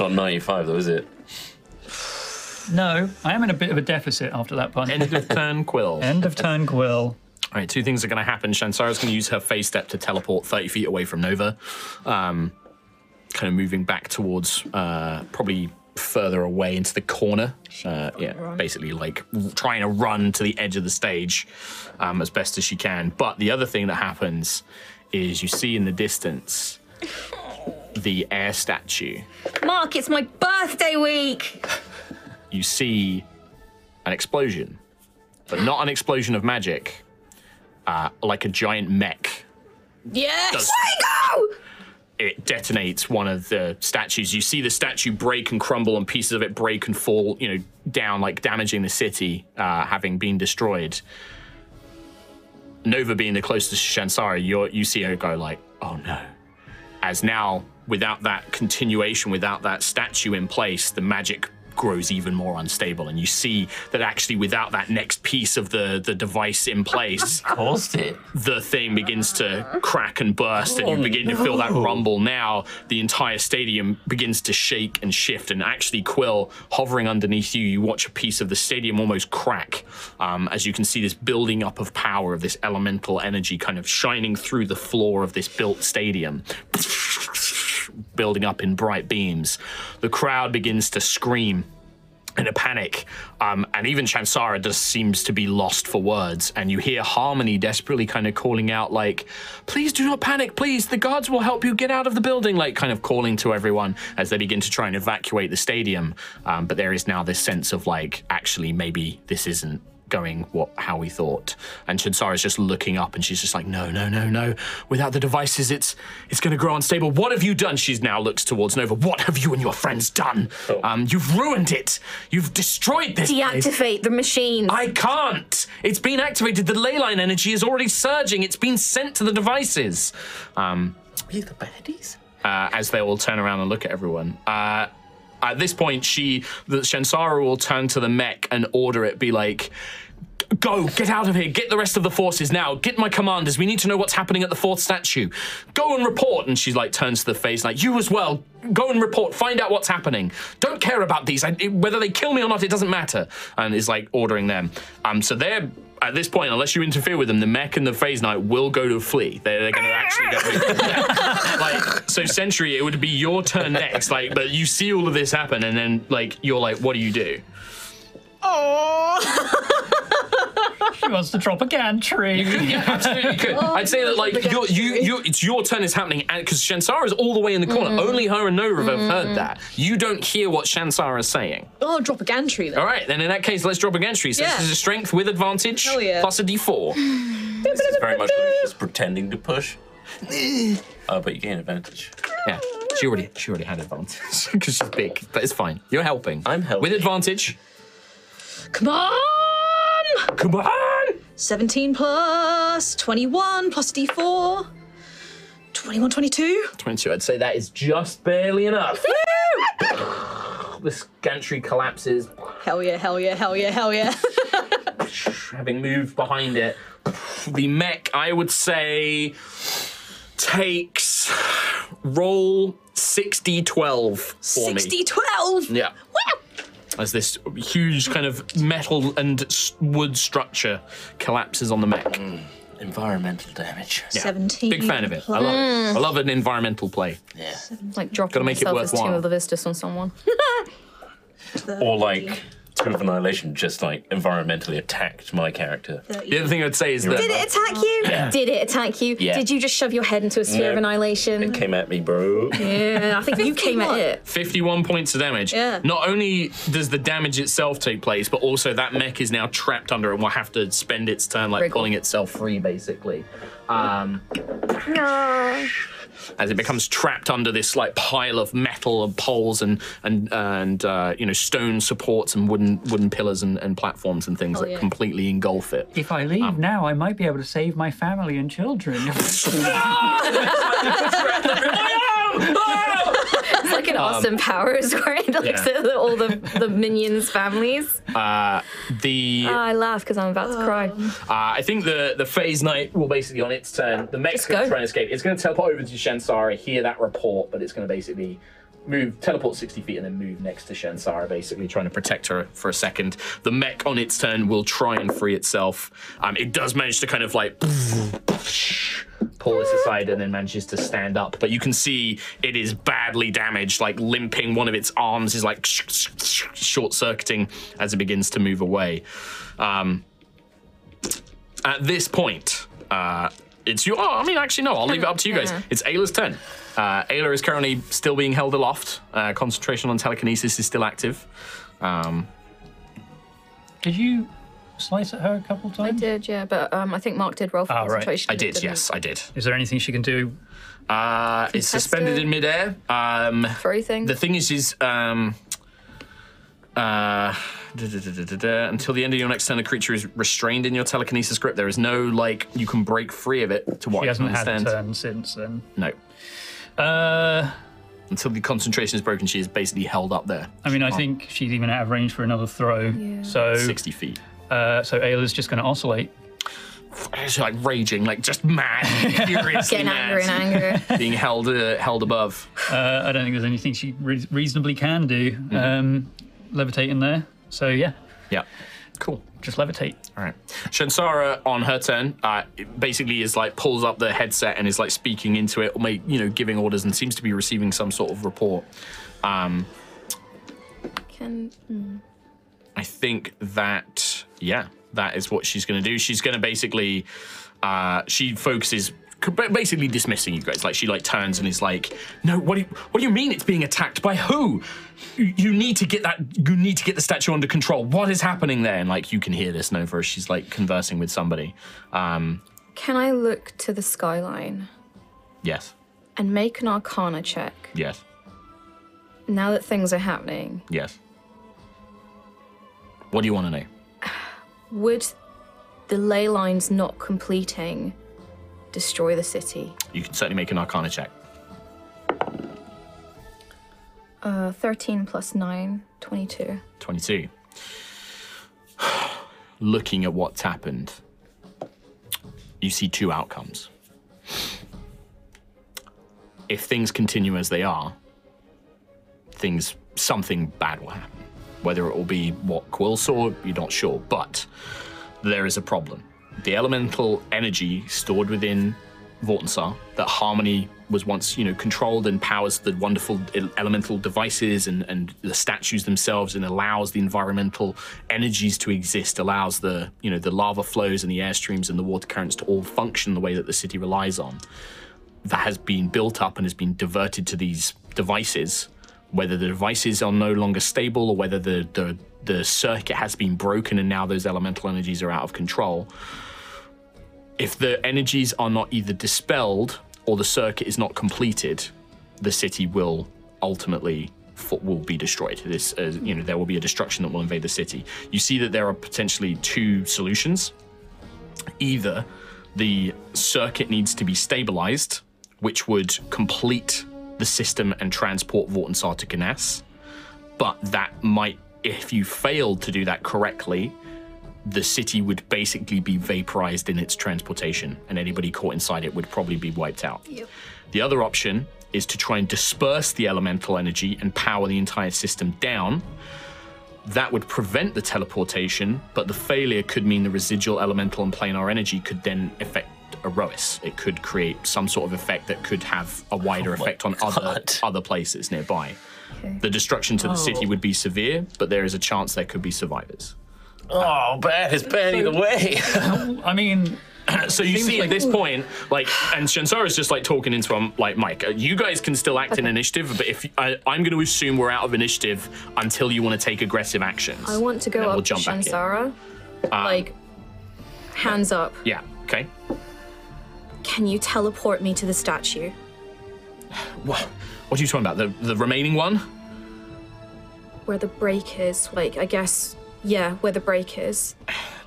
E: Not 95 though, is it?
C: No, I am in a bit of a deficit after that punch.
A: End of turn, Quill.
C: End of turn, Quill.
A: All right, two things are going to happen. Shansara's going to use her phase step to teleport 30 feet away from Nova, um, kind of moving back towards uh, probably further away into the corner. Uh, yeah, basically like r- trying to run to the edge of the stage um, as best as she can. But the other thing that happens is you see in the distance the air statue.
B: Mark, it's my birthday week!
A: You see an explosion but not an explosion of magic. Uh, like a giant mech,
D: Yes!
A: it detonates one of the statues. You see the statue break and crumble, and pieces of it break and fall, you know, down, like damaging the city, uh, having been destroyed. Nova being the closest to Shansara, you you see her go like, "Oh no!" As now, without that continuation, without that statue in place, the magic grows even more unstable, and you see that actually, without that next piece of the the device in place,
E: Caused it.
A: the thing begins to crack and burst, and you begin to feel that rumble. Now the entire stadium begins to shake and shift, and actually, Quill hovering underneath you, you watch a piece of the stadium almost crack um, as you can see this building up of power of this elemental energy kind of shining through the floor of this built stadium. Building up in bright beams. The crowd begins to scream in a panic, um, and even Chansara just seems to be lost for words. And you hear Harmony desperately kind of calling out, like, "Please do not panic, please. The guards will help you get out of the building." Like, kind of calling to everyone as they begin to try and evacuate the stadium. Um, but there is now this sense of like, actually, maybe this isn't going what how we thought. And Chansara's just looking up, and she's just like, "No, no, no, no. Without the devices, it's it's going to grow unstable. What have you done?" She's now looks towards Nova. "What have you and your friends done? Um, you've ruined it. You've destroyed this." place.
B: Deactivate the machine.
A: I can't. It's been activated. The ley line energy is already surging. It's been sent to the devices. Um, uh, as they all turn around and look at everyone. Uh, at this point, she, the Shansara, will turn to the mech and order it, be like, "Go, get out of here. Get the rest of the forces now. Get my commanders. We need to know what's happening at the fourth statue. Go and report." And she like turns to the face like, "You as well. Go and report. Find out what's happening. Don't care about these. I, whether they kill me or not, it doesn't matter." And is like ordering them. Um, so they're. At this point, unless you interfere with them, the mech and the phase knight will go to flee. They're, they're going to actually go. like so century it would be your turn next like but you see all of this happen and then like you're like what do you do
C: She wants to drop a gantry.
A: i'd say that like you you you it's your turn is happening and because shansara is all the way in the corner only her and nova have heard that you don't hear what shansara is saying
D: Oh, drop a gantry then.
A: all right then in that case let's drop a gantry so
D: Yeah.
A: this is a strength with advantage
D: Hell yeah.
A: plus a d4
E: This is very much like just pretending to push. Uh, but you gain advantage.
A: yeah she already she already had advantage because she's big but it's fine you're helping
E: I'm helping.
A: with advantage
D: Come on!
A: come on
D: 17 plus 21 plus d4. 21, 22.
A: 22. I'd say that is just barely enough. this gantry collapses,
D: Hell yeah, hell yeah, hell yeah, hell yeah.
A: having moved behind it. The mech, I would say, takes roll 6d12 for me.
D: 60, 12.
A: Yeah. As this huge kind of metal and s- wood structure collapses on the mech.
B: Mm,
E: Environmental damage.
A: Yeah.
D: 17
A: Big fan of it. I love it. I love an environmental play.
E: Yeah.
B: like dropping
A: make it
B: myself as Tomb
A: worthwhile.
B: of the Vistas on someone.
E: Or like Tomb of Annihilation just like environmentally attacked my character.
A: The other thing I'd say is that.
B: Did it attack you? Did it attack you?
E: Yeah.
B: Did you just shove your head into a sphere
E: No.
B: of annihilation?
E: Came at me, bro.
B: Yeah, I think you came at
D: 51.
B: it.
A: 51 points of damage.
D: Yeah.
A: Not only does the damage itself take place, but also that mech is now trapped under it and will have to spend its turn like
B: Wriggle.
A: pulling itself free, basically. Um, As it becomes trapped under this like pile of metal and poles and and and uh, you know stone supports and wooden wooden pillars and, and platforms and things that
D: yeah.
A: completely engulf it.
C: If I leave now, I might be able to save my family and children.
B: It's like an Austin Powers where it looks at the- all the, the minions' families.
A: Ah! The
D: Uh,
B: I laugh because I'm about to cry.
A: Uh, I think the the phase knight will basically on its turn. The mech's going
B: go.
A: to try and escape. It's going to teleport over to Shansara, hear that report, but it's going to basically move, teleport 60 feet, and then move next to Shansara, basically trying to protect her for a second. The mech on its turn will try and free itself. Um, it does manage to kind of like pull this aside and then manages to stand up. But you can see it is badly damaged, like limping. One of its arms is like short circuiting as it begins to move away. Um, at this point, uh, it's you. Oh, I mean, actually, no. I'll leave it up to you guys.
B: Yeah.
A: It's Ayla's turn. Uh, Ayla is currently still being held aloft. Uh, concentration on telekinesis is still active. Um,
C: Did you slice at her a couple
B: I
C: times?
B: did, yeah, but um, I think Mark did roll for
C: Ah, right.
B: concentration.
A: I did,
B: didn't
A: yes, I did.
C: Is there anything she can do?
A: Uh, it's
B: Contested.
A: suspended in midair. Um,
B: he? For anything.
A: the thing is, is um, uh, da, da, da, da, da, da, until the end of your next turn, a creature is restrained in your telekinesis grip. There is no like you can break free of it. To what
C: She
A: I can
C: hasn't had a
A: understand,
C: turn since then.
A: no.
C: Uh,
A: Until the concentration is broken, she is basically held up there,
C: I mean, I think she's even out of range for another throw. So,
A: sixty feet.
C: uh, so Ayla's just going to oscillate.
A: She's like raging, like just mad, furiously
B: Getting
A: mad,
B: angry and angry.
A: being held uh, held above.
C: Uh, I don't think there's anything she re- reasonably can do. Um, levitate in there. So yeah,
A: Yeah, cool.
C: just levitate.
A: All right. Shansara on her turn uh, basically is like pulls up the headset and is like speaking into it, or make, you know, giving orders and seems to be receiving some sort of report. Um,
B: Can
A: I think that yeah, that is what she's going to do. She's going to basically uh, she focuses c- ba- basically dismissing you guys. Like she like turns and is like, "No, what do you, what do you mean it's being attacked by who? You, you need to get that you need to get the statue under control. What is happening there?" And like you can hear this Nova as she's like conversing with somebody. Um,
B: can I look to the skyline
A: yes.
B: and make an Arcana check?
A: Yes.
B: Now that things are happening,
A: Yes. What do you want to know?
B: would the ley lines not completing destroy the city?
A: You can certainly make an arcana check.
B: Uh, 13 plus 9, 22.
A: 22. Looking at what's happened, you see two outcomes. If things continue as they are, things something bad will happen. Whether it will be what Quill saw, you're not sure, but there is a problem. The elemental energy stored within Vortensar that Harmony was once, you know, controlled and powers the wonderful el- elemental devices and, and the statues themselves and allows the environmental energies to exist, allows the, you know, the lava flows and the airstreams and the water currents to all function the way that the city relies on. That has been built up and has been diverted to these devices. Whether the devices are no longer stable or whether the, the, the circuit has been broken and now those elemental energies are out of control, if the energies are not either dispelled or the circuit is not completed, the city will ultimately fo- will be destroyed. This, uh, you know, there will be a destruction that will invade the city. You see that there are potentially two solutions. Either the circuit needs to be stabilized, which would complete the system and transport Vortensar to Ganas, but that might, if you failed to do that correctly, the city would basically be vaporized in its transportation, and anybody caught inside it would probably be wiped out. The other option is to try and disperse the elemental energy and power the entire system down. That would prevent the teleportation, but the failure could mean the residual elemental and planar energy could then affect Erois. It could create some sort of effect that could have a wider effect on other
E: God.
A: other places nearby.
B: Okay.
A: The destruction to the
B: Oh.
A: city would be severe, but there is a chance there could be survivors.
E: Oh, bad is bad either way.
C: I mean,
A: So you see at this point, like, and Shansara's just like talking into um, like Mike. uh, You guys can still act in initiative, but if I, I'm going to assume we're out of initiative until you want to take aggressive actions.
B: I want to go
A: And then
B: up
A: we'll
B: to
A: jump back in. Uh,
B: Shansara. like, hands up.
A: Yeah. Okay.
B: Can you teleport me to the statue?
A: What? What are you talking about? The the remaining one?
B: Where the break is, like, I guess, yeah, where the break is.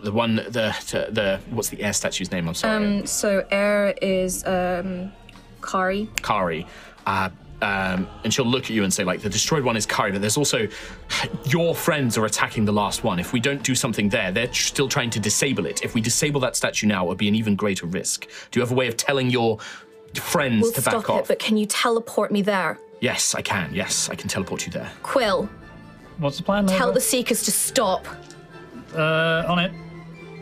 A: The one? The the, the what's the air statue's name? I'm
B: Um,
A: sorry.
B: Mm, So, air is um, Kari.
A: Kari, uh, um, and she'll look at you and say, like, the destroyed one is Kari, but there's also your friends are attacking the last one. If we don't do something there, they're tr- still trying to disable it. If we disable that statue now, it would be an even greater risk. Do you have a way of telling your friends
B: We'll
A: to
B: stop
A: back
B: it,
A: off?
B: but can you teleport me there?
A: Yes, I can. Yes, I can teleport you there.
B: Quill,
C: what's the plan? Nova?
B: tell the Seekers to stop.
C: uh, on it.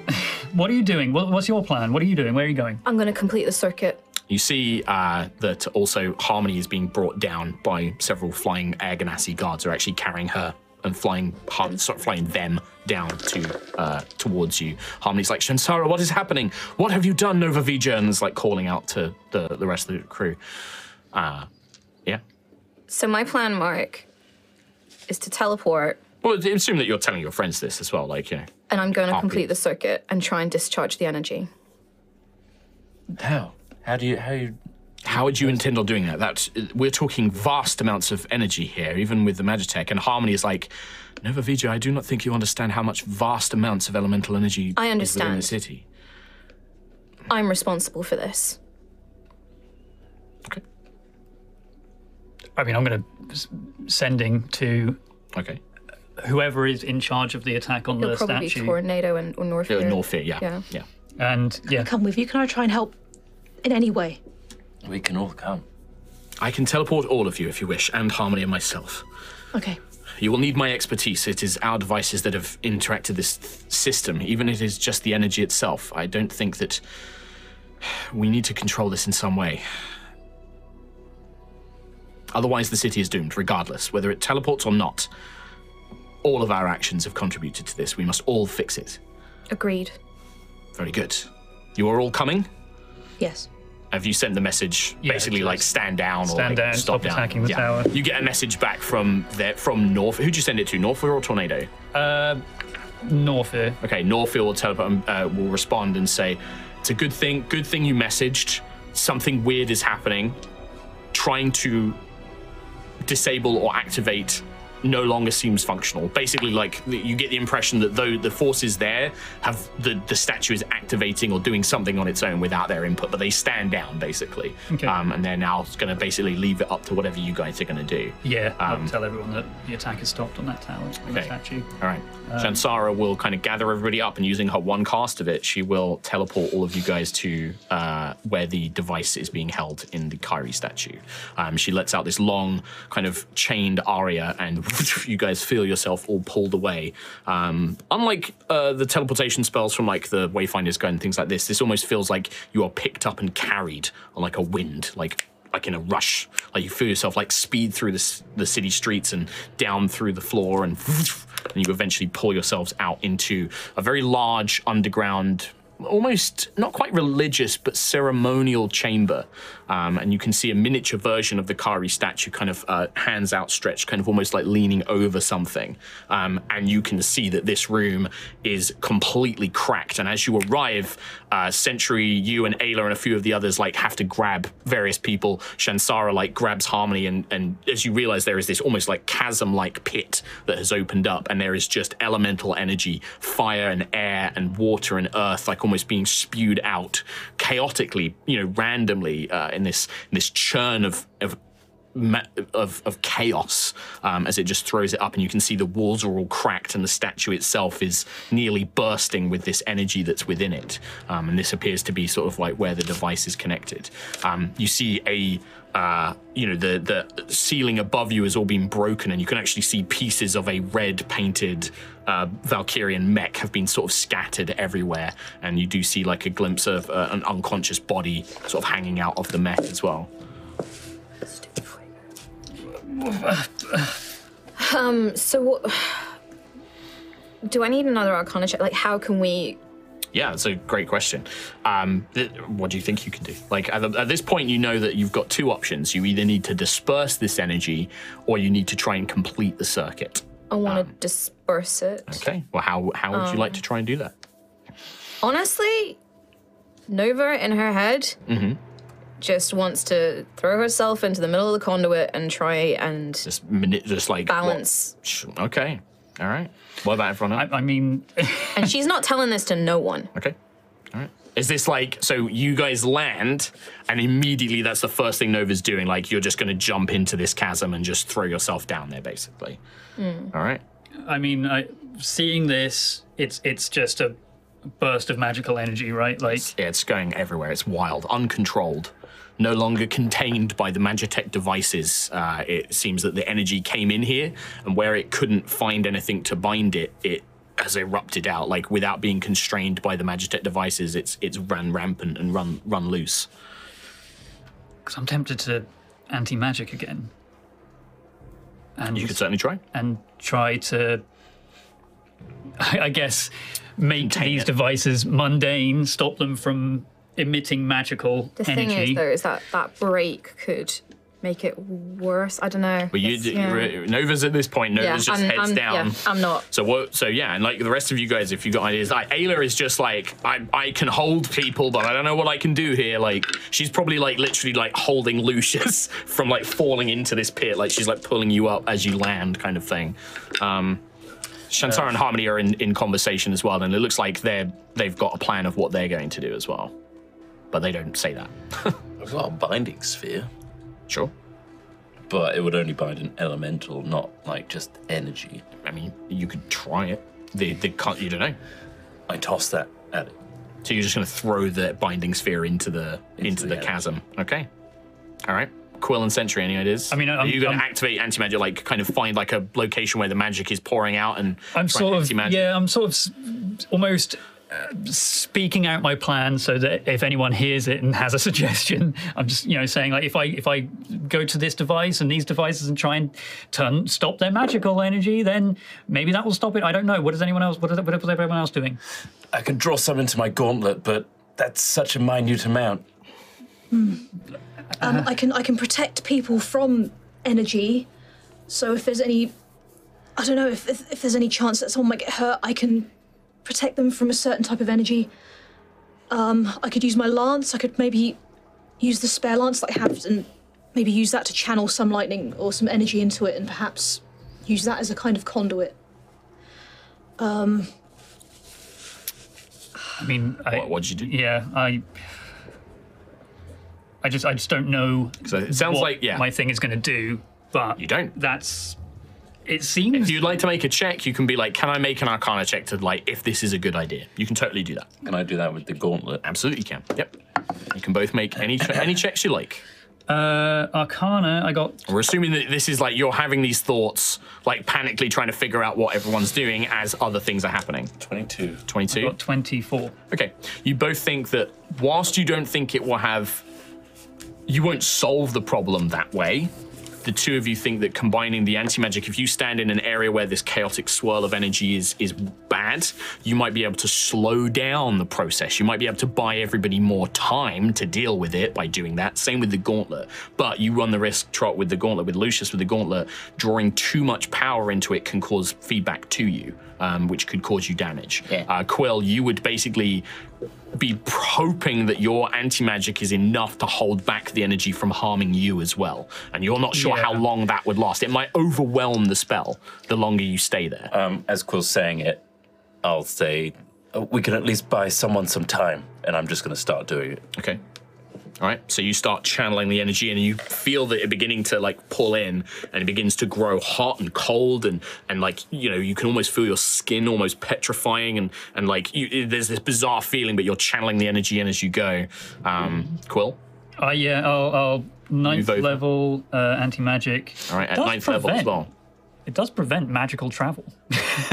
C: what are you doing? What, what's your plan? What are you doing? Where are you going?
B: I'm going to complete the circuit.
A: You see uh, that also Harmony is being brought down by several flying Air Ganassi guards who are actually carrying her and flying har- sort of flying them down to uh, towards you. Harmony's like, Shansara, what is happening? What have you done, Nova Vija? And is like calling out to the, the rest of the crew. Uh, yeah.
B: So, my plan, Mark, is to teleport.
A: Well, I assume that you're telling your friends this as well, like, you know.
B: and I'm going to complete
A: Heartbeat.
B: the circuit and try and discharge the energy.
E: How? How do you? How you?
A: How would you intend on doing that? That's we're talking vast amounts of energy here, even with the Magitech. And Harmony is like, Nova Vija, I do not think you understand how much vast amounts of elemental energy
B: I
A: is within the
B: understand.
A: city.
B: I'm responsible for this.
A: Okay.
C: I mean, I'm going to sending to
A: Okay.
C: whoever is in charge of the attack on
B: It'll
C: the
B: probably
C: statue.
B: be tornado and or North.
A: Yeah,
B: Here.
A: North here, yeah.
B: Yeah.
A: Yeah.
C: And yeah,
D: Come with you. Can I try and help in any way?
E: We can all come.
A: I can teleport all of you if you wish, and Harmony and myself.
D: Okay.
A: You will need my expertise. It is our devices that have interacted this th- system, even if it is just the energy itself. I don't think that we need to control this in some way. Otherwise, the city is doomed, regardless, whether it teleports or not. All of our actions have contributed to this. We must all fix it.
B: Agreed.
A: Very good. You are all coming?
D: Yes.
A: Have you sent the message
C: Yeah,
A: basically
C: just
A: like stand down or like,
C: stand down,
A: stop
C: stop
A: down?
C: attacking the
A: yeah.
C: tower.
A: You get a message back from there from North. Who'd you send it to? Norfolk or Tornado?
C: uh, Norfair.
A: Okay, Norfield will teleport um, uh, will respond and say, "It's a good thing. Good thing you messaged. Something weird is happening. Trying to disable or activate no longer seems functional. Basically, like th- you get the impression that though the forces there have the the statue is activating or doing something on its own without their input, but they stand down basically,
C: Okay.
A: um, and they're now going to basically leave it up to whatever you guys are going to do.
C: Yeah,
A: Um,
C: I'll tell everyone that the attack has stopped on that tower, on the
A: Okay.
C: statue.
A: All right. Shansara will kind of gather everybody up, and using her one cast of it, she will teleport all of you guys to uh, where the device is being held in the Kairi statue. Um, she lets out this long, kind of chained aria, and you guys feel yourself all pulled away. Um, unlike uh, the teleportation spells from like the Wayfinder's Guide and things like this, this almost feels like you are picked up and carried on like a wind, like like in a rush. Like you feel yourself like speed through the, s- the city streets and down through the floor, and and you eventually pull yourselves out into a very large underground, almost not quite religious but ceremonial chamber. Um, and you can see a miniature version of the Kari statue, kind of uh, hands outstretched, kind of almost like leaning over something. Um, and you can see that this room is completely cracked. And as you arrive, uh, Century, you and Ayla and a few of the others like have to grab various people. Shansara like grabs Harmony, and and as you realize, there is this almost like chasm-like pit that has opened up, and there is just elemental energy, fire and air and water and earth, like almost being spewed out chaotically, you know, randomly uh, in this in this churn of of ma- of, of chaos um, as it just throws it up, and you can see the walls are all cracked, and the statue itself is nearly bursting with this energy that's within it. Um, and this appears to be sort of like where the device is connected. Um, you see a uh, you know the the ceiling above you has all been broken, and you can actually see pieces of a red painted uh, Valkyrian mech have been sort of scattered everywhere, and you do see like a glimpse of uh, an unconscious body sort of hanging out of the mech as well.
B: So what? Do I need another Arcana check? Like, how can we?
A: Yeah, it's a great question. Um, th- what do you think you can do? Like at, the- at this point, you know that you've got two options. You either need to disperse this energy, or you need to try and complete the circuit.
B: I want to disperse it.
A: Um, Okay. Well, how how would you like to try and do that?
B: Honestly, Nova in her head
A: Mm-hmm.
B: just wants to throw herself into the middle of the conduit and try and
A: Just mini- just like what-
B: balance.
A: Sh- Okay. All right. What about everyone
C: I,
A: else?
C: I mean,
B: And she's not telling this to no one.
A: Okay. All right. Is this like so? You guys land, and immediately that's the first thing Nova's doing. Like you're just going to jump into this chasm and just throw yourself down there, basically. All right.
C: I mean, I, seeing this, it's it's just a burst of magical energy, right? Like,
A: Yeah, it's going everywhere. It's wild, uncontrolled, no longer contained by the Magitech devices. Uh, it seems that the energy came in here, and where it couldn't find anything to bind it, it has erupted out. Like without being constrained by the Magitech devices, it's it's run rampant and run run loose.
C: because I'm tempted to anti magic again, and
A: You could certainly try.
C: and try to, I, I guess, make these
A: it.
C: devices mundane, stop them from emitting magical
B: The
C: energy.
B: thing is, though, is that that break could make it worse. I don't know.
A: But you,
B: It's-
A: d
B: yeah.
A: re- Nova's at this point. Nova's
B: Yeah,
A: just
B: I'm,
A: heads
B: I'm-
A: down.
B: Yeah, I'm not.
A: So what? So yeah, and like the rest of you guys, if you got ideas, like Ayla is just like I, I can hold people, but I don't know what I can do here. Like she's probably like literally like holding Lucius from like falling into this pit, like she's like pulling you up as you land, kind of thing. Um, Shantara and Harmony are in, in conversation as well, and it looks like they're they've got a plan of what they're going to do as well, but they don't say that.
E: I've got a binding sphere,
A: Sure.
E: but it would only bind an elemental, not like just energy.
A: I mean, you could try it. They they can't. You don't know.
E: I toss that at it.
A: So you're just going to throw the binding sphere into the into, the,
E: the air.
A: chasm. Okay. All right. Quill and Sentry, any ideas?
C: I mean,
A: are
C: I'm-
A: you going
C: I'm-
A: to activate anti magic? Like, kind of find like a location where the magic is pouring out and
C: I'm
A: try
C: sort
A: and
C: of
A: anti-magic?
C: yeah, I'm sort of s- almost uh, speaking out my plan so that if anyone hears it and has a suggestion, I'm just you know saying like if I if I go to this device and these devices and try and turn stop their magical energy, then maybe that will stop it. I don't know. What does anyone else? What is, what is everyone else doing?
E: I can draw some into my gauntlet, but that's such a minute amount.
D: Um, I can I can protect people from energy. So if there's any, I don't know if if, if there's any chance that someone might get hurt, I can protect them from a certain type of energy. Um, I could use my lance. I could maybe use the spare lance that I have and maybe use that to channel some lightning or some energy into it, and perhaps use that as a kind of conduit.
C: I mean, I,
A: What, what'd you do?
C: yeah, I. I just, I just don't know.
A: So it sounds
C: what
A: like yeah.
C: my thing is going to do, but
A: You don't.
C: That's. It seems.
A: If you'd like to make a check, you can be like, can I make an Arcana check to like if this is a good idea? You can totally do that.
E: Can I do that with the gauntlet?
A: Absolutely can. Yep. You can both make any che- any checks you like.
C: Uh, Arcana, I got
A: We're assuming that this is like you're having these thoughts, like panically trying to figure out what everyone's doing as other things are happening.
E: 22.
A: Twenty-two.
C: got 24.
A: Okay. You both think that whilst you don't think it will have, you won't solve the problem that way. The two of you think that combining the anti magic, if you stand in an area where this chaotic swirl of energy is is bad, you might be able to slow down the process. You might be able to buy everybody more time to deal with it by doing that. Same with the gauntlet, but you run the risk trot with the gauntlet, with Lucius with the gauntlet, drawing too much power into it can cause feedback to you, um, which could cause you damage. Uh, Quill, you would basically be hoping that your anti magic is enough to hold back the energy from harming you as well. And you're not sure how
C: Yeah.
A: long that would last. It might overwhelm the spell the longer you stay there.
E: Um, as Quill's saying it, I'll say, "Oh, we can at least buy someone some time, and I'm just going to start doing it.
A: Okay. All right. So you start channeling the energy, and you feel that it beginning to like pull in, and it begins to grow hot and cold, and and like you know you can almost feel your skin almost petrifying, and and like you, there's this bizarre feeling, but you're channeling the energy in as you go. Um, Quill.
C: I yeah, I'll, I'll ninth
A: over.
C: level uh, anti magic.
A: All right. At ninth level as well.
C: It does prevent magical travel.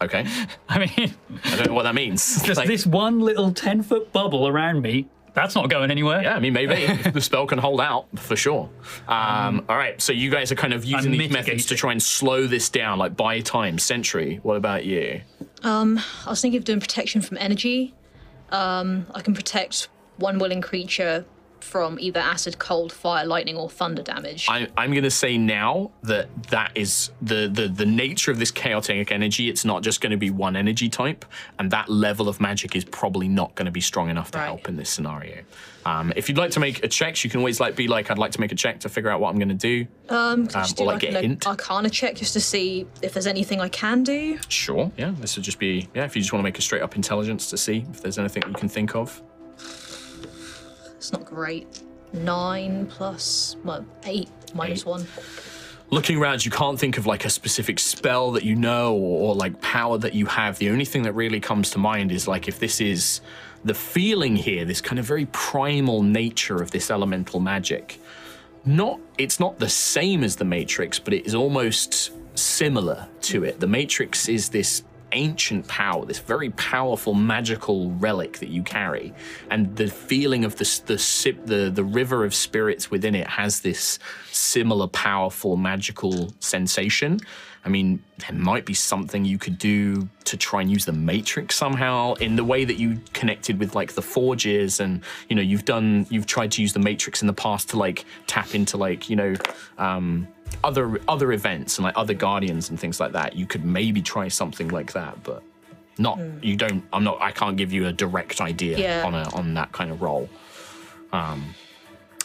A: Okay.
C: I mean,
A: I don't know what that means.
C: just
A: Like,
C: this one little ten foot bubble around me. That's not going anywhere.
A: yeah, I mean, maybe the spell can hold out for sure. Um, all right, so you guys are kind of using these methods to
C: mitigating.
A: try and slow this down, like buy time, century. What about you?
D: I was thinking of doing protection from energy. Um, I can protect one willing creature from either acid, cold, fire, lightning, or thunder damage.
A: I, I'm going to say now that that is the, the the nature of this chaotic energy. It's not just going to be one energy type, and that level of magic is probably not going to be strong enough to
D: Right.
A: help in this scenario. Um, if you'd like to make a check, you can always like be like, "I'd like to make a check to figure out what I'm going to do."
D: um, could you
A: um,
D: do
A: or like
D: like,
A: a
D: an
A: hint?
D: arcana check just to see if there's anything I can do.
A: Sure. Yeah, this would just be yeah. If you just want to make a straight up intelligence to see if there's anything you can think of.
D: It's not great. Nine plus well, eight minus
A: Eight.
D: one.
A: looking around, you can't think of like a specific spell that you know or, or like power that you have. The only thing that really comes to mind is like if this is the feeling here, this kind of very primal nature of this elemental magic. Not, it's not the same as the Matrix, but it is almost similar to it. The Matrix is this ancient power, this very powerful magical relic that you carry, and the feeling of the s- the sip, the the river of spirits within it has this similar powerful magical sensation. I mean, there might be something you could do to try and use the matrix somehow in the way that you connected with like the forges and you know you've done you've tried to use the matrix in the past to like tap into like you know um, other other events and like other guardians and things like that. You could maybe try something like that, but not you don't. I'm not. I can't give you a direct idea
D: Yeah.
A: on a on that kind of role.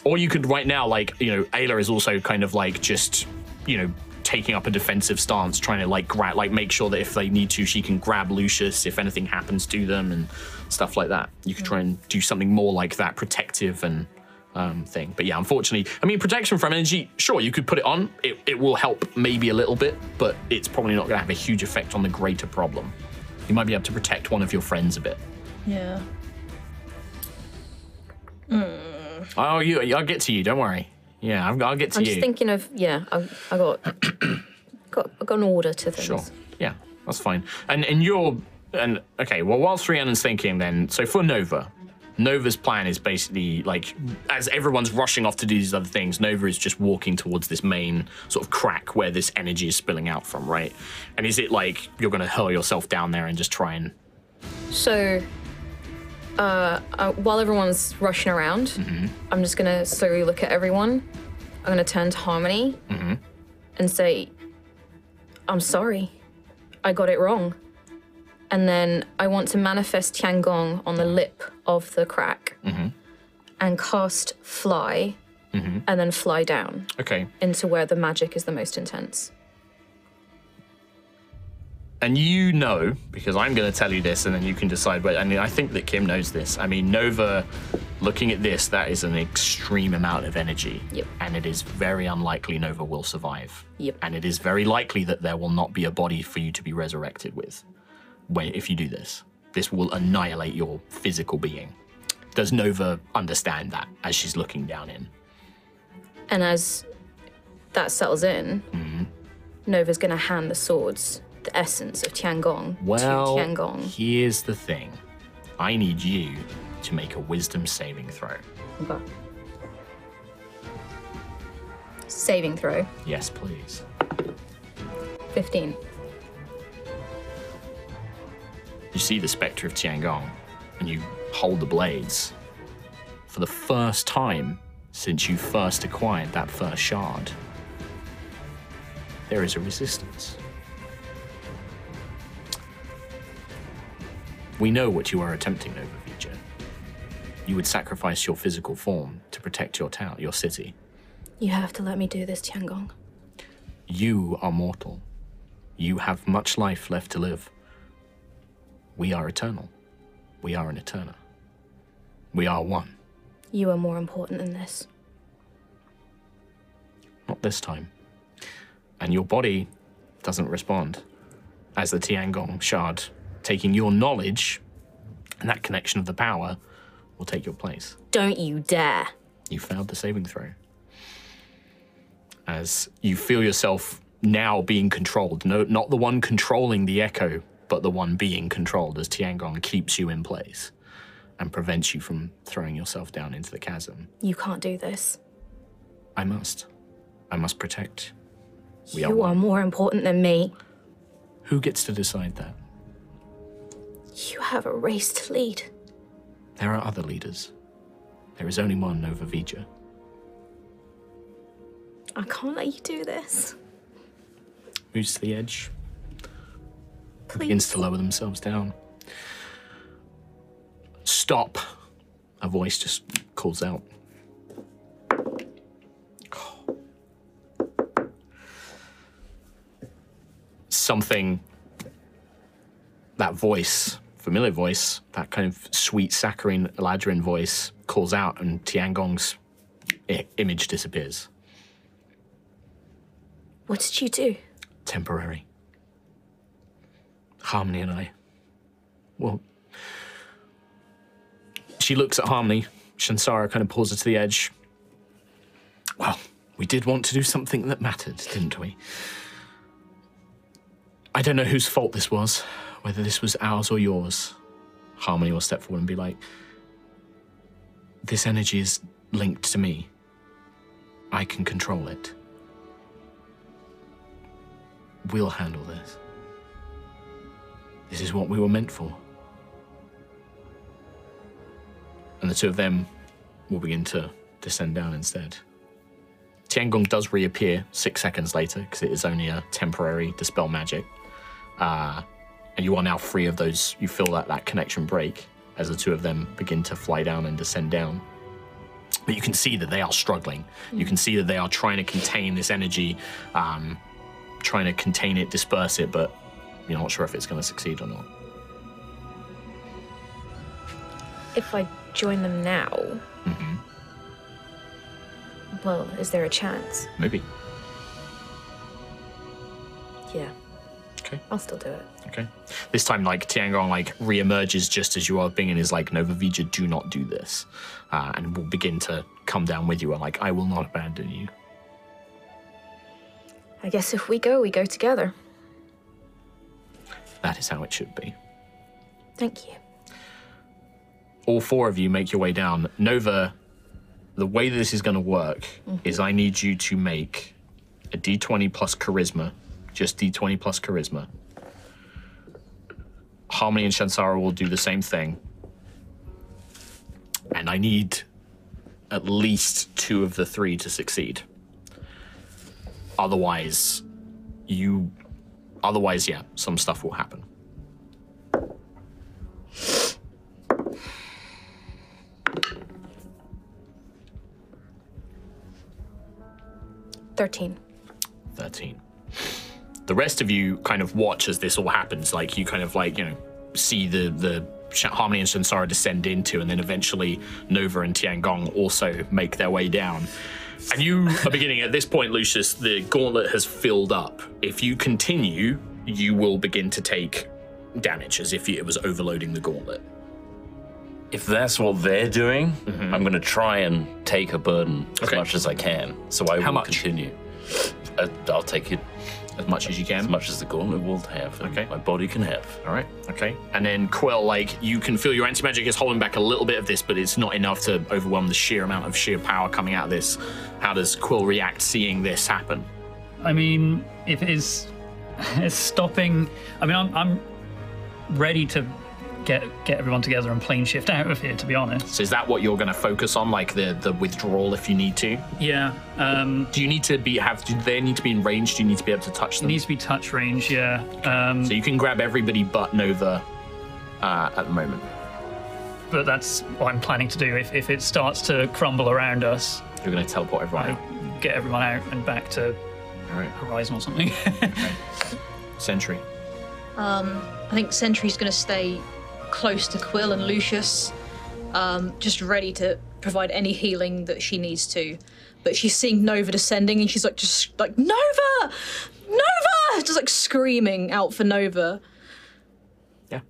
A: Or you could right now, like, you know, Ayla is also kind of like just, you know, taking up a defensive stance, trying to like grab, like make sure that if they need to, she can grab Lucius if anything happens to them and stuff like that. You could try and do something more like that, protective and um, thing. But yeah, unfortunately, I mean, protection from energy, sure, you could put it on. It, it will help maybe a little bit, but it's probably not going to have a huge effect on the greater problem. You might be able to protect one of your friends a bit.
D: Yeah.
A: Oh, you, I'll get to you. Don't worry. Yeah, I'll, I'll get to
B: I'm
A: you.
B: just thinking of yeah. I, I got got I got an order to things.
A: Sure. Yeah, that's fine. And and you're and okay. Well, whilst Rhiannon's thinking, then so for Nova, Nova's plan is basically like as everyone's rushing off to do these other things, Nova is just walking towards this main sort of crack where this energy is spilling out from, right? And is it like you're going to hurl yourself down there and just try and
B: So, uh, uh, while everyone's rushing around,
A: Mm-hmm.
B: I'm just gonna slowly look at everyone. I'm gonna turn to Harmony
A: Mm-hmm.
B: and say, "I'm sorry, I got it wrong." And then I want to manifest Tiangong on the lip of the crack
A: Mm-hmm.
B: and cast fly, and then fly down
A: okay?
B: into where the magic is the most intense.
A: and you know because I'm going to tell you this, and then you can decide. But I mean, I think that Kim knows this. I mean, Nova, looking at this, that is an extreme amount of energy,
B: Yep.
A: and it is very unlikely Nova will survive.
B: Yep.
A: And it is very likely that there will not be a body for you to be resurrected with, when if you do this. This will annihilate your physical being. Does Nova understand that as she's looking down in?
B: And as that settles in,
A: Mm-hmm.
B: Nova's going to hand the swords, the essence of Tiangong,
A: Well,
B: to Tiangong.
A: here's the thing. I need you to make a wisdom saving throw.
B: Okay. Saving throw,
A: Yes, please.
B: 15.
A: You see the spectre of Tiangong, and you hold the blades. For the first time since you first acquired that first shard, there is a resistance. We know what you are attempting, Nova Vija. You would sacrifice your physical form to protect your town, your city.
B: You have to let me do this, Tiangong.
A: You are mortal. You have much life left to live. We are eternal. We are an eterna. We are one.
B: You are more important than this.
A: Not this time. And your body doesn't respond. As the Tiangong shard, taking your knowledge and that connection of the power, will take your place.
B: Don't you dare.
A: You failed the saving throw. As you feel yourself now being controlled, no, not the one controlling the echo, but the one being controlled as Tiangong keeps you in place and prevents you from throwing yourself down into the chasm.
B: You can't do this.
A: I must. I must protect. We are
B: you are
A: one.
B: more important than me.
A: Who gets to decide that?
B: You have a race to lead.
A: There are other leaders. There is only one Nova Vija.
B: I can't let you do this.
A: Moves to the edge, begins
B: Please.
A: to lower themselves down. Stop. A voice just calls out. Something. That voice, familiar voice, that kind of sweet saccharine Eladrin voice calls out, and Tiangong's i- image disappears.
B: What did you do?
A: temporary. Harmony and I. Well, she looks at Harmony. Shansara kind of pulls her to the edge. Well, we did want to do something that mattered, didn't we? I don't know whose fault this was. whether this was ours or yours, Harmony will step forward and be like, This energy is linked to me. I can control it. We'll handle this. This is what we were meant for. And the two of them will begin to descend down instead. Tiangong does reappear six seconds later because it is only a temporary dispel magic. Uh, and you are now free of those. You feel that that connection break as the two of them begin to fly down and descend down. But you can see that they are struggling. You can see that they are trying to contain this energy, um, trying to contain it, disperse it, but you're not sure if it's going to succeed or not.
B: If I join them now, Mm-hmm. well, is there a chance?
A: Maybe.
B: Yeah,
A: Okay.
B: I'll still do it.
A: Okay. This time, like Tiangong, like reemerges just as you are being, and is like, "No, Vija, do not do this," uh, and will begin to come down with you. And like, "I will not abandon you."
B: I guess if we go, we go together.
A: That is how it should be.
B: Thank you.
A: all four of you make your way down. Nova, the way that this is going to work is I need you to make a d20 plus charisma, just d20 plus charisma. Harmony and Shansara will do the same thing. And I need at least two of the three to succeed. Otherwise, you. Otherwise, yeah, some stuff will happen.
B: Thirteen.
A: 13. The rest of you kind of watch as this all happens. Like, you kind of, like, you know, see the, the Sh- Harmony and Shansara descend into, and then eventually Nova and Tiangong also make their way down. And you are beginning, at this point, Lucius, the gauntlet has filled up. If you continue, you will begin to take damage as if it was overloading the gauntlet.
E: If that's what they're doing, I'm going to try and take a burden as
A: Mm-hmm. Okay.
E: much as I can. So I
A: How
E: will
A: much?
E: continue. I, I'll take it
A: As much as you can.
E: as much as the gauntlet will have. and
A: Okay.
E: My body can have.
A: All right. Okay. And then Quill, like you can feel your anti magic is holding back a little bit of this, but it's not enough to overwhelm the sheer amount of sheer power coming out of this. How does Quill react seeing this happen?
C: I mean, if it is it's stopping, I mean, I'm, I'm ready to get get everyone together and plane shift out of here. To be honest,
A: So is that what you're going to focus on, like the the withdrawal, if you need to?
C: yeah. Um,
A: Do you need to be have? Do they need to be in range? Do you need to be able to touch
C: it
A: them?
C: needs to be touch range. Yeah. Um,
A: so you can grab everybody but Nova uh, at the moment.
C: but that's what I'm planning to do. If if it starts to crumble around us,
A: You're going to teleport everyone.
C: I
A: out.
C: get everyone out and back to
A: All right.
C: Horizon or something.
A: Sentry.
D: I think Sentry's going to stay close to Quill and Lucius, um, just ready to provide any healing that she needs to. But she's seeing Nova descending, and she's like, just like Nova, Nova, just like screaming out for Nova.
A: Yeah.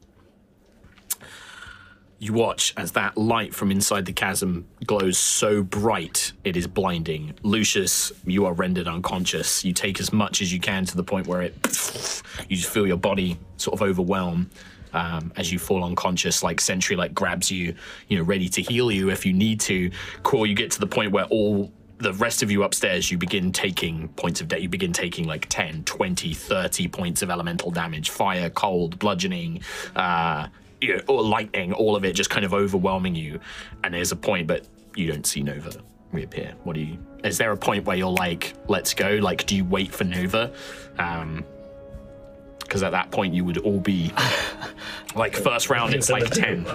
A: You watch as that light from inside the chasm glows so bright it is blinding. Lucius, you are rendered unconscious. You take as much as you can to the point where it. You just feel your body sort of overwhelm um, as you fall unconscious. Like Sentry, like grabs you, you know, ready to heal you if you need to. Core, you get to the point where all the rest of you upstairs, you begin taking points of debt. You begin taking like 10, 20, 30 points of elemental damage fire, cold, bludgeoning, uh, you know, or lightning, all of it just kind of overwhelming you. And there's a point, but you don't see Nova reappear. What do you. Is there a point where you're like, let's go? Like, do you wait for Nova? Because at that point, you would all be like, first round, it's like 10.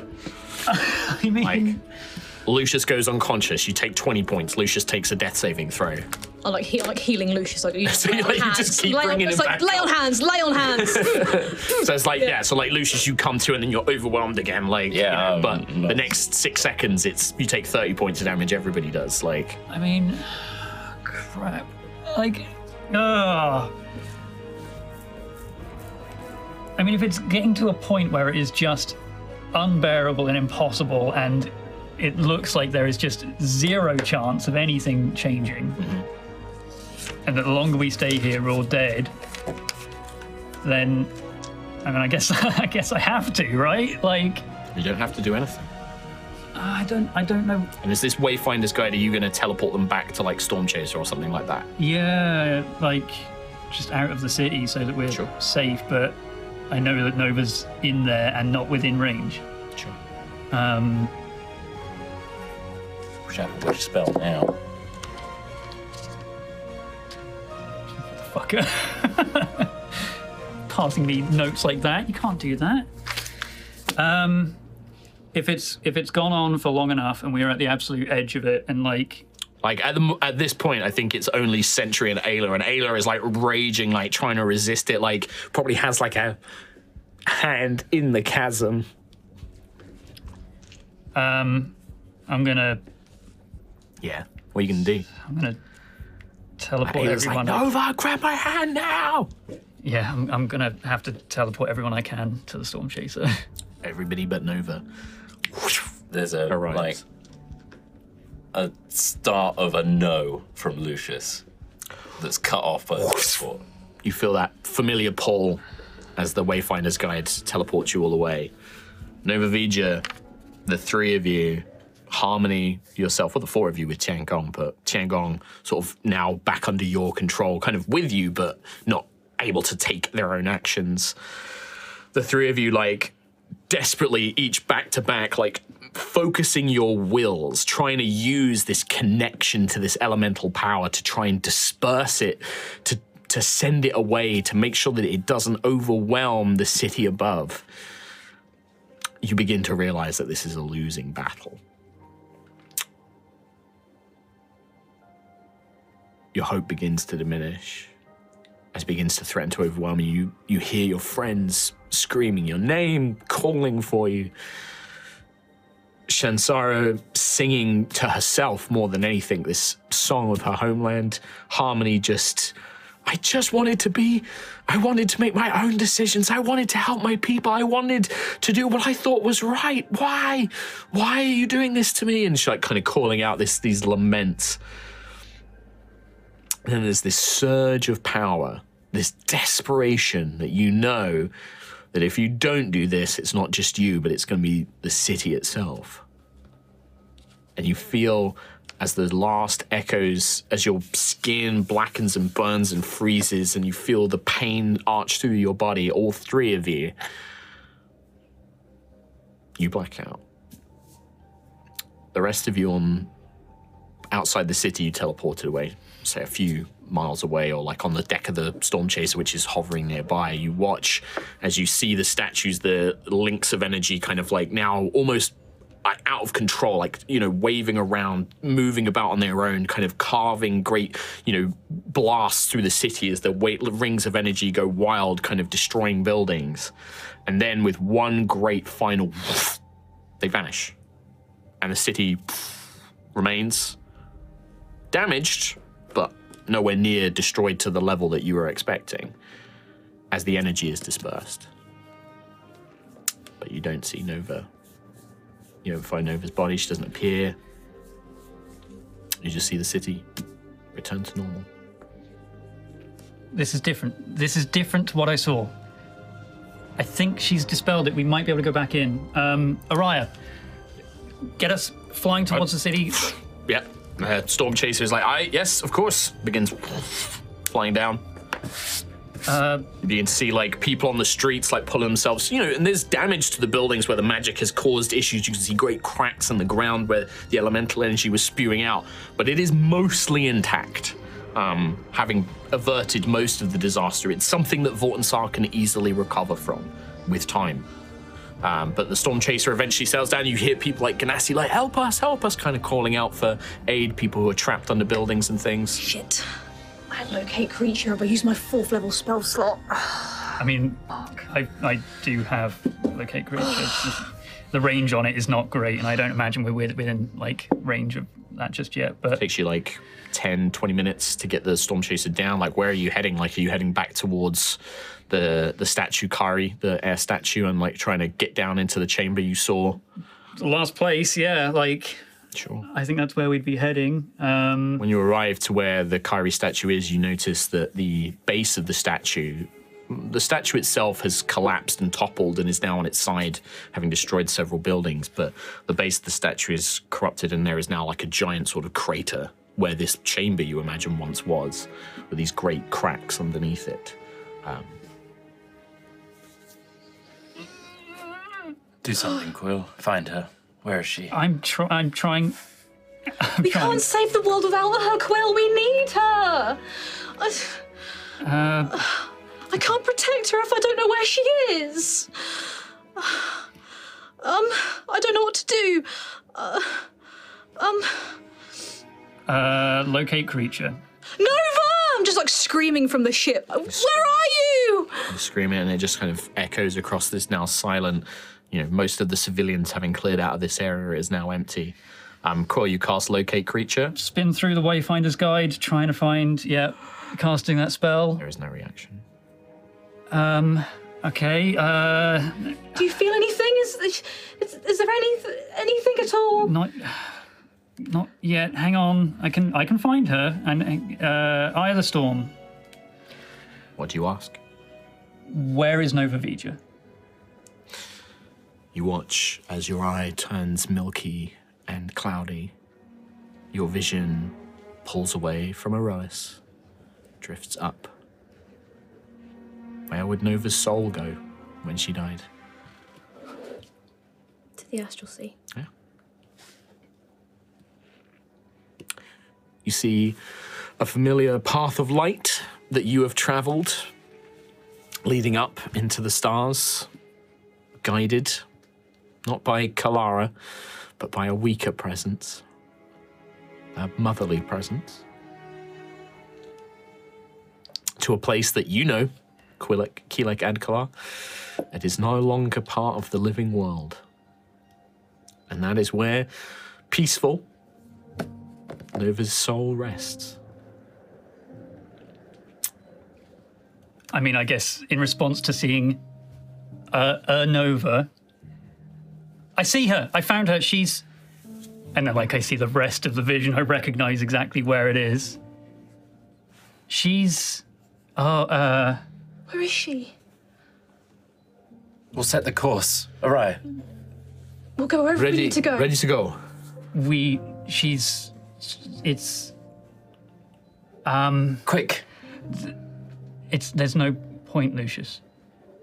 C: I mean,
A: Like, Lucius goes unconscious. You take 20 points. Lucius takes a death saving throw.
D: I like, he- like healing Lucius, like, you just,
A: So
D: lay
A: you,
D: on
A: like, you
D: hands,
A: just keep
D: lay on-
A: bringing
D: it's
A: him
D: like,
A: back
D: Lay on hands, lay on hands.
A: So it's like, yeah. so like Lucius, you come to and then you're overwhelmed again. Like, you
E: Yeah,
A: know,
E: um,
A: but
E: no.
A: the next six seconds, it's you take 30 points of damage. Everybody does. Like,
C: I mean, crap. Like, ah. I mean, if it's getting to a point where it is just unbearable and impossible, and it looks like there is just zero chance of anything changing, Mm-hmm. and that the longer we stay here, we're all dead, then I mean, I guess I guess I have to, right? Like,
A: You don't have to do anything.
C: I don't I don't know.
A: And is this Wayfinder's guide? Are you going to teleport them back to like Storm Chaser or something like that?
C: Yeah, like just out of the city so that we're
A: Sure.
C: safe. But I know that Nova's in there and not within range.
A: Sure.
C: Um,
E: Which I have a spell now.
C: fucker. Passing me notes like that. You can't do that. Um, if it's if it's gone on for long enough and we're at the absolute edge of it and like
A: Like at the mo- at this point, I think it's only Sentry and Ayla, and Ayla is like raging, like trying to resist it. Like probably has like a hand in the chasm.
C: um, I'm gonna
A: Yeah. What are you going to do?
C: I'm gonna teleport
A: Ayla's
C: everyone.
A: like,
C: up.
A: Nova, grab my hand now.
C: Yeah, I'm, I'm gonna have to teleport everyone I can to the storm chaser.
A: Everybody but Nova.
E: There's a
A: Arrives.
E: like a start of a no from Lucius that's cut off by the teleport.
A: You feel that familiar pull as the Wayfinder's guide teleports you all away. Nova Vija, the three of you, Harmony, yourself, or the four of you with Tiangong, but Tiangong sort of now back under your control, kind of with you, but not able to take their own actions. The three of you, like, desperately, each back to back, like, focusing your wills, trying to use this connection to this elemental power to try and disperse it, to, to send it away, to make sure that it doesn't overwhelm the city above you begin to realize that this is a losing battle. Your hope begins to diminish as it begins to threaten to overwhelm you. You, you hear your friends screaming your name, calling for you. Shansara singing to herself more than anything this song of her homeland. Harmony just. I just wanted to be. I wanted to make my own decisions. I wanted to help my people. I wanted to do what I thought was right. Why? Why are you doing this to me? And she's like kind of calling out this these laments. And then there's this surge of power, this desperation that you know that if you don't do this, it's not just you, but it's going to be the city itself. And you feel as the last echoes, as your skin blackens and burns and freezes, and you feel the pain arch through your body, all three of you, you black out. The rest of you on outside the city, you teleported away, say a few miles away, or like on the deck of the storm chaser, which is hovering nearby. You watch as you see the statues, the links of energy kind of like now almost like, out of control, like, you know, waving around, moving about on their own, kind of carving great, you know, blasts through the city as the weight, rings of energy go wild, kind of destroying buildings. And then with one great final, they vanish. And the city remains damaged, but nowhere near destroyed to the level that you were expecting as the energy is dispersed. But you don't see Nova. You don't find Nova's body, she doesn't appear. You just see the city return to normal.
C: this is different. This is different to what I saw. I think she's dispelled it. We might be able to go back in. Um, Araya, get us flying towards the city.
A: Yeah. Uh, Storm Chaser is like, I yes, of course. Begins flying down.
C: Uh,
A: You can see like people on the streets like pulling themselves, you know, and there's damage to the buildings where the magic has caused issues. You can see great cracks in the ground where the elemental energy was spewing out, but it is mostly intact, um, having averted most of the disaster. It's something that Vortensar can easily recover from with time. Um, but the storm chaser eventually sails down. You hear people like Ganassi, like "Help us, help us!" kind of calling out for aid. People who are trapped under buildings and things.
D: Shit. I had locate creature, but used my fourth level spell slot.
C: I mean, I, I do have locate creatures. the range on it is not great, and I don't imagine we're with- within like range of that just yet. But
A: takes you like 10 20 minutes to get the storm chaser down like where are you heading like are you heading back towards the the statue kari the air statue and like trying to get down into the chamber you saw
C: last place, yeah. Like
A: sure
C: I think that's where we'd be heading. Um,
A: when you arrive to where the Kyrie statue is, you notice that the base of the statue the statue itself has collapsed and toppled and is now on its side, having destroyed several buildings. But the base of the statue is corrupted, and there is now like a giant sort of crater where this chamber you imagine once was, with these great cracks underneath it. Um,
E: Do something, Quill. Find her. Where is she?
C: I'm try- I'm trying. I'm
D: We
C: trying.
D: can't save the world without her, Quill. We need her. I,
C: Uh,
D: I can't protect her if I don't know where she is. Um, I don't know what to do. Uh, um,
C: uh, locate creature.
D: Nova! I'm just like screaming from the ship. Where are you?
A: screaming, and it just kind of echoes across this now silent. You know, most of the civilians having cleared out of this area it is now empty. Um, Core, you cast locate creature.
C: Spin through the Wayfinder's Guide, trying to find. Yeah, casting that spell.
A: There is no reaction.
C: Okay. Uh,
D: Do you feel anything? Is is, is there any anything at all?
C: not. Not yet. Hang on. I can I can find her and uh, Eye of the Storm.
A: What do you ask?
C: Where is Nova Vija?
A: You watch as your eye turns milky and cloudy. Your vision pulls away from Erois, drifts up. Where would Nova's soul go when she died?
B: To the astral sea.
A: You see a familiar path of light that you have traveled, leading up into the stars, guided not by Kalara, but by a weaker presence, a motherly presence, to a place that you know, Quilek, Kilek Adkalar, it is no longer part of the living world. And that is where peaceful Nova's soul rests.
C: I mean, I guess in response to seeing uh, a Nova, I see her. I found her. She's, and then like I see the rest of the vision. I recognize exactly where it is. She's, oh, uh,
D: Where is she?
E: We'll set the course. All right.
D: We'll go wherever we need to go.
A: to go.
C: we. She's. It's.
E: Quick.
C: It's. There's no point, Lucius.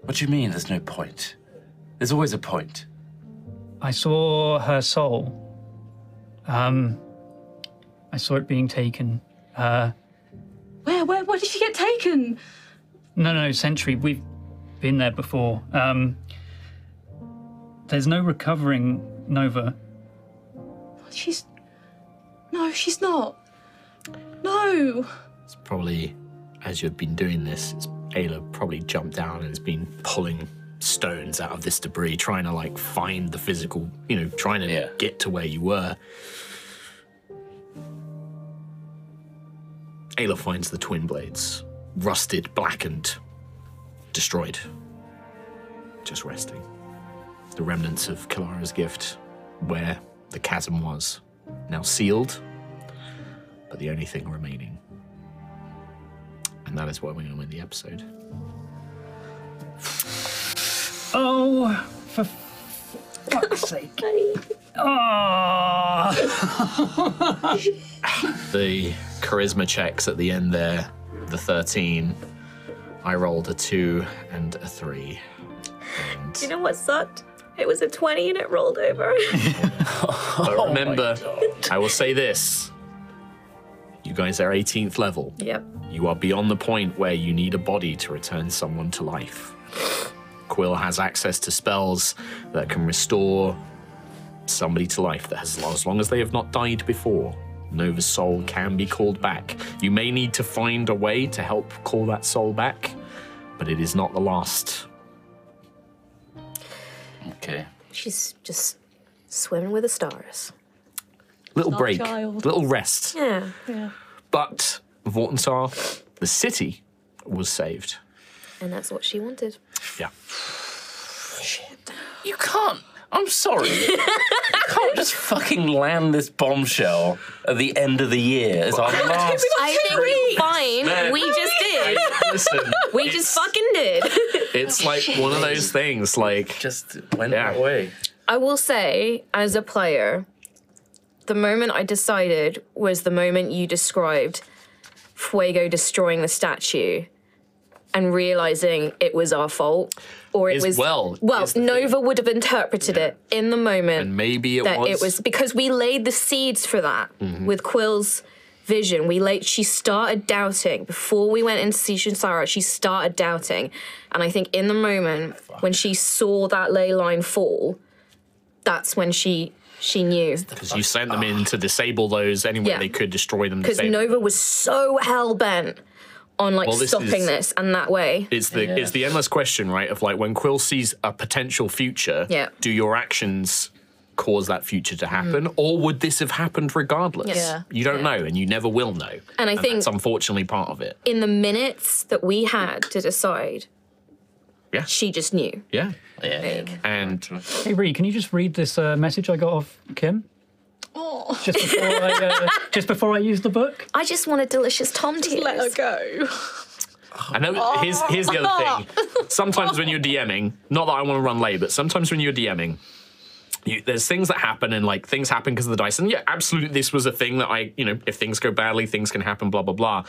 E: What do you mean there's no point? There's always a point.
C: I saw her soul. Um. I saw it being taken.
D: Where, where, where did she get taken?
C: No, no, Sentry, we've been there before. Um, there's no recovering Nova.
D: She's. No, she's not. No.
A: Probably as you've been doing this, it's- Ayla probably jumped down and has been pulling stones out of this debris, trying to like find the physical, you know, trying to
E: Yeah.
A: get to where you were. Ayla finds the twin blades, rusted, blackened, destroyed, just resting. The remnants of Kalara's gift, where the chasm was, now sealed, but the only thing remaining. And that is where we're going to win the episode.
C: Oh, for fuck's sake. Ah!
A: The charisma checks at the end there, the 13. I rolled a 2 and a 3.
B: Do you know what sucked? It was a 20 and it rolled over.
A: But remember, I will say this. You guys are 18th level.
B: yep.
A: You are beyond the point where you need a body to return someone to life. Quill has access to spells that can restore somebody to life that has, as long as they have not died before. Nova's soul can be called back. You may need to find a way to help call that soul back, but it is not the last.
E: Okay.
B: She's just swimming with the stars.
A: Little
D: Not
A: break,
D: child.
A: little rest.
B: Yeah.
A: But Vortensar, the city, was saved.
B: And that's what she wanted.
A: Yeah.
E: You can't. I'm sorry. you can't just fucking land this bombshell at the end of the year as our last.
B: I think fine. We just did. did.
A: Listen,
B: We just fucking did.
A: it's like one of those things. Like,
E: Just went
A: Yeah.
E: that way.
B: I will say, as a player, the moment I decided was the moment you described Fuego destroying the statue and realizing it was our fault, or it
A: Is-
B: was
A: well, is the
B: Nova would have interpreted it in the moment
A: maybe it
B: that
A: was. Mm-hmm.
B: it was because we laid the seeds for that with Quill's vision. We laid she started doubting before we went into Sishin Sarah, she started doubting. And I think in the moment when she saw that ley line fall, that's when she she knew.
A: because you sent them in to disable those any way
B: Ah. Yeah.
A: they could destroy them.
B: Because
A: disable-
B: Nova was so hell bent on like
A: Well, this
B: stopping
A: is-
B: this and that way.
A: It's the it's the endless question, right? Of like when Quill sees a potential future,
B: Yeah.
A: do your actions cause that future to happen, or would this have happened regardless?
B: Mm. Yeah.
A: You don't know, and you never will know.
B: And I think-
A: that's unfortunately part of it.
B: In the minutes that we had to decide,
A: Yeah.
B: she just knew.
A: Yeah,
E: Yeah.
A: and
C: Hey, Bree, can you just read this uh, message I got of Kim?
D: Oh,
C: Just before, I, uh, just before I used the book?
B: I just want a delicious Tom tears.
D: let her go.
A: I know. Here's here's the other thing. Sometimes when you're DMing, not that I want to run late, but sometimes when you're DMing. You, there's things that happen and like things happen because of the dice and yeah absolutely this was a thing that i you know if things go badly things can happen blah blah blah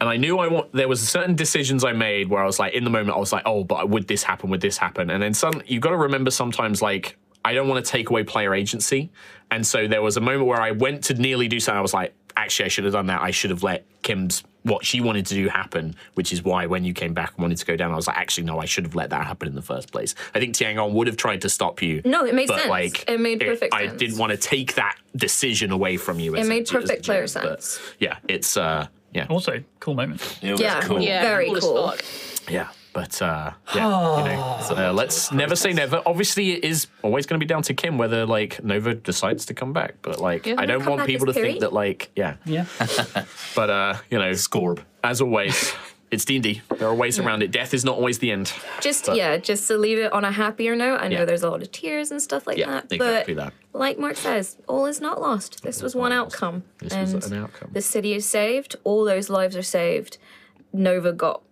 A: and I knew I want. There was certain decisions I made where I was like, in the moment, I was like, oh, but would this happen? Would this happen? And then some. You got to remember sometimes, like, I don't want to take away player agency. And so there was a moment where I went to nearly do something. I was like, actually, I should have done that. I should have let Kim's what she wanted to do happen, which is why when you came back and wanted to go down, I was like, actually, no, I should have let that happen in the first place. I think Tiangong would have tried to stop you.
B: No, it made
A: but
B: sense.
A: Like,
B: It made perfect
A: I
B: sense.
A: didn't want to take that decision away from you. It
B: made perfect player sense.
A: Yeah, it's uh, yeah.
C: Also, cool moment.
E: It was
B: Yeah.
E: cool.
D: Yeah,
B: Very
D: as
B: cool.
D: fuck.
A: Yeah, but uh, yeah, you know, so, uh, let's never say never. Obviously, it is always going to be down to Kim whether like Nova decides to come back. But like, I don't
B: Come
A: want
B: back
A: people to
B: is
A: think
B: Kiri.
A: that like, yeah.
C: Yeah.
A: But uh, you know,
E: Scorb.
A: as always, it's D and D. There are ways around it. Death is not always the end.
B: just yeah, just to leave it on a happier note. I know
A: Yeah.
B: there's a lot of tears and stuff like
A: Yeah,
B: that,
A: exactly
B: but
A: that.
B: like Mark says, all is not lost. This was one outcome,
A: This
B: and
A: was an outcome.
B: the city is saved. All those lives are saved. Nova got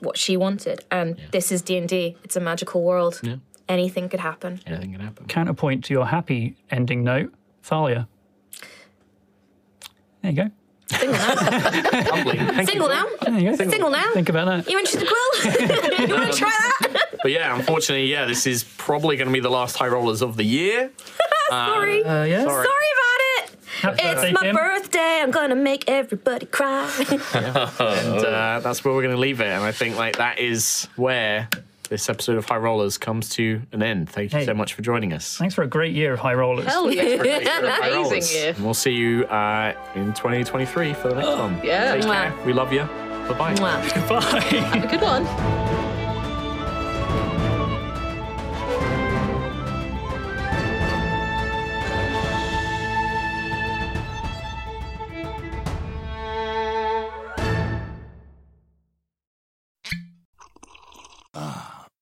B: what she wanted, and this is D and D. It's a magical world. Anything could happen.
A: Anything can happen.
C: Counterpoint to your happy ending note, Thalia. There you go.
B: Single now.
A: Lovely. Thank you.
B: Single now.
C: There you go.
B: Single now.
C: Think about that.
B: You interested, Quill? you want to try that?
A: But yeah, unfortunately, yeah, this is probably going to be the last high rollers of the year.
B: Sorry.
C: Uh, yeah.
B: Sorry about it.
C: birthday,
B: It's my
C: Kim.
B: birthday. I'm gonna make everybody cry.
A: And uh, that's where we're going to leave it. And I think like that is where this episode of High Rollers comes to an end. Thank you
C: Hey.
A: so much for joining us.
C: Thanks for a great year of high rollers.
D: Hell yeah.
A: High
D: Amazing
A: Rollers.
D: year.
A: And we'll see you uh, in 2023 for the next one.
D: Yeah.
A: Take care.
B: Mwah.
A: We love you. Bye bye.
B: Mwah.
C: Bye.
D: A good one.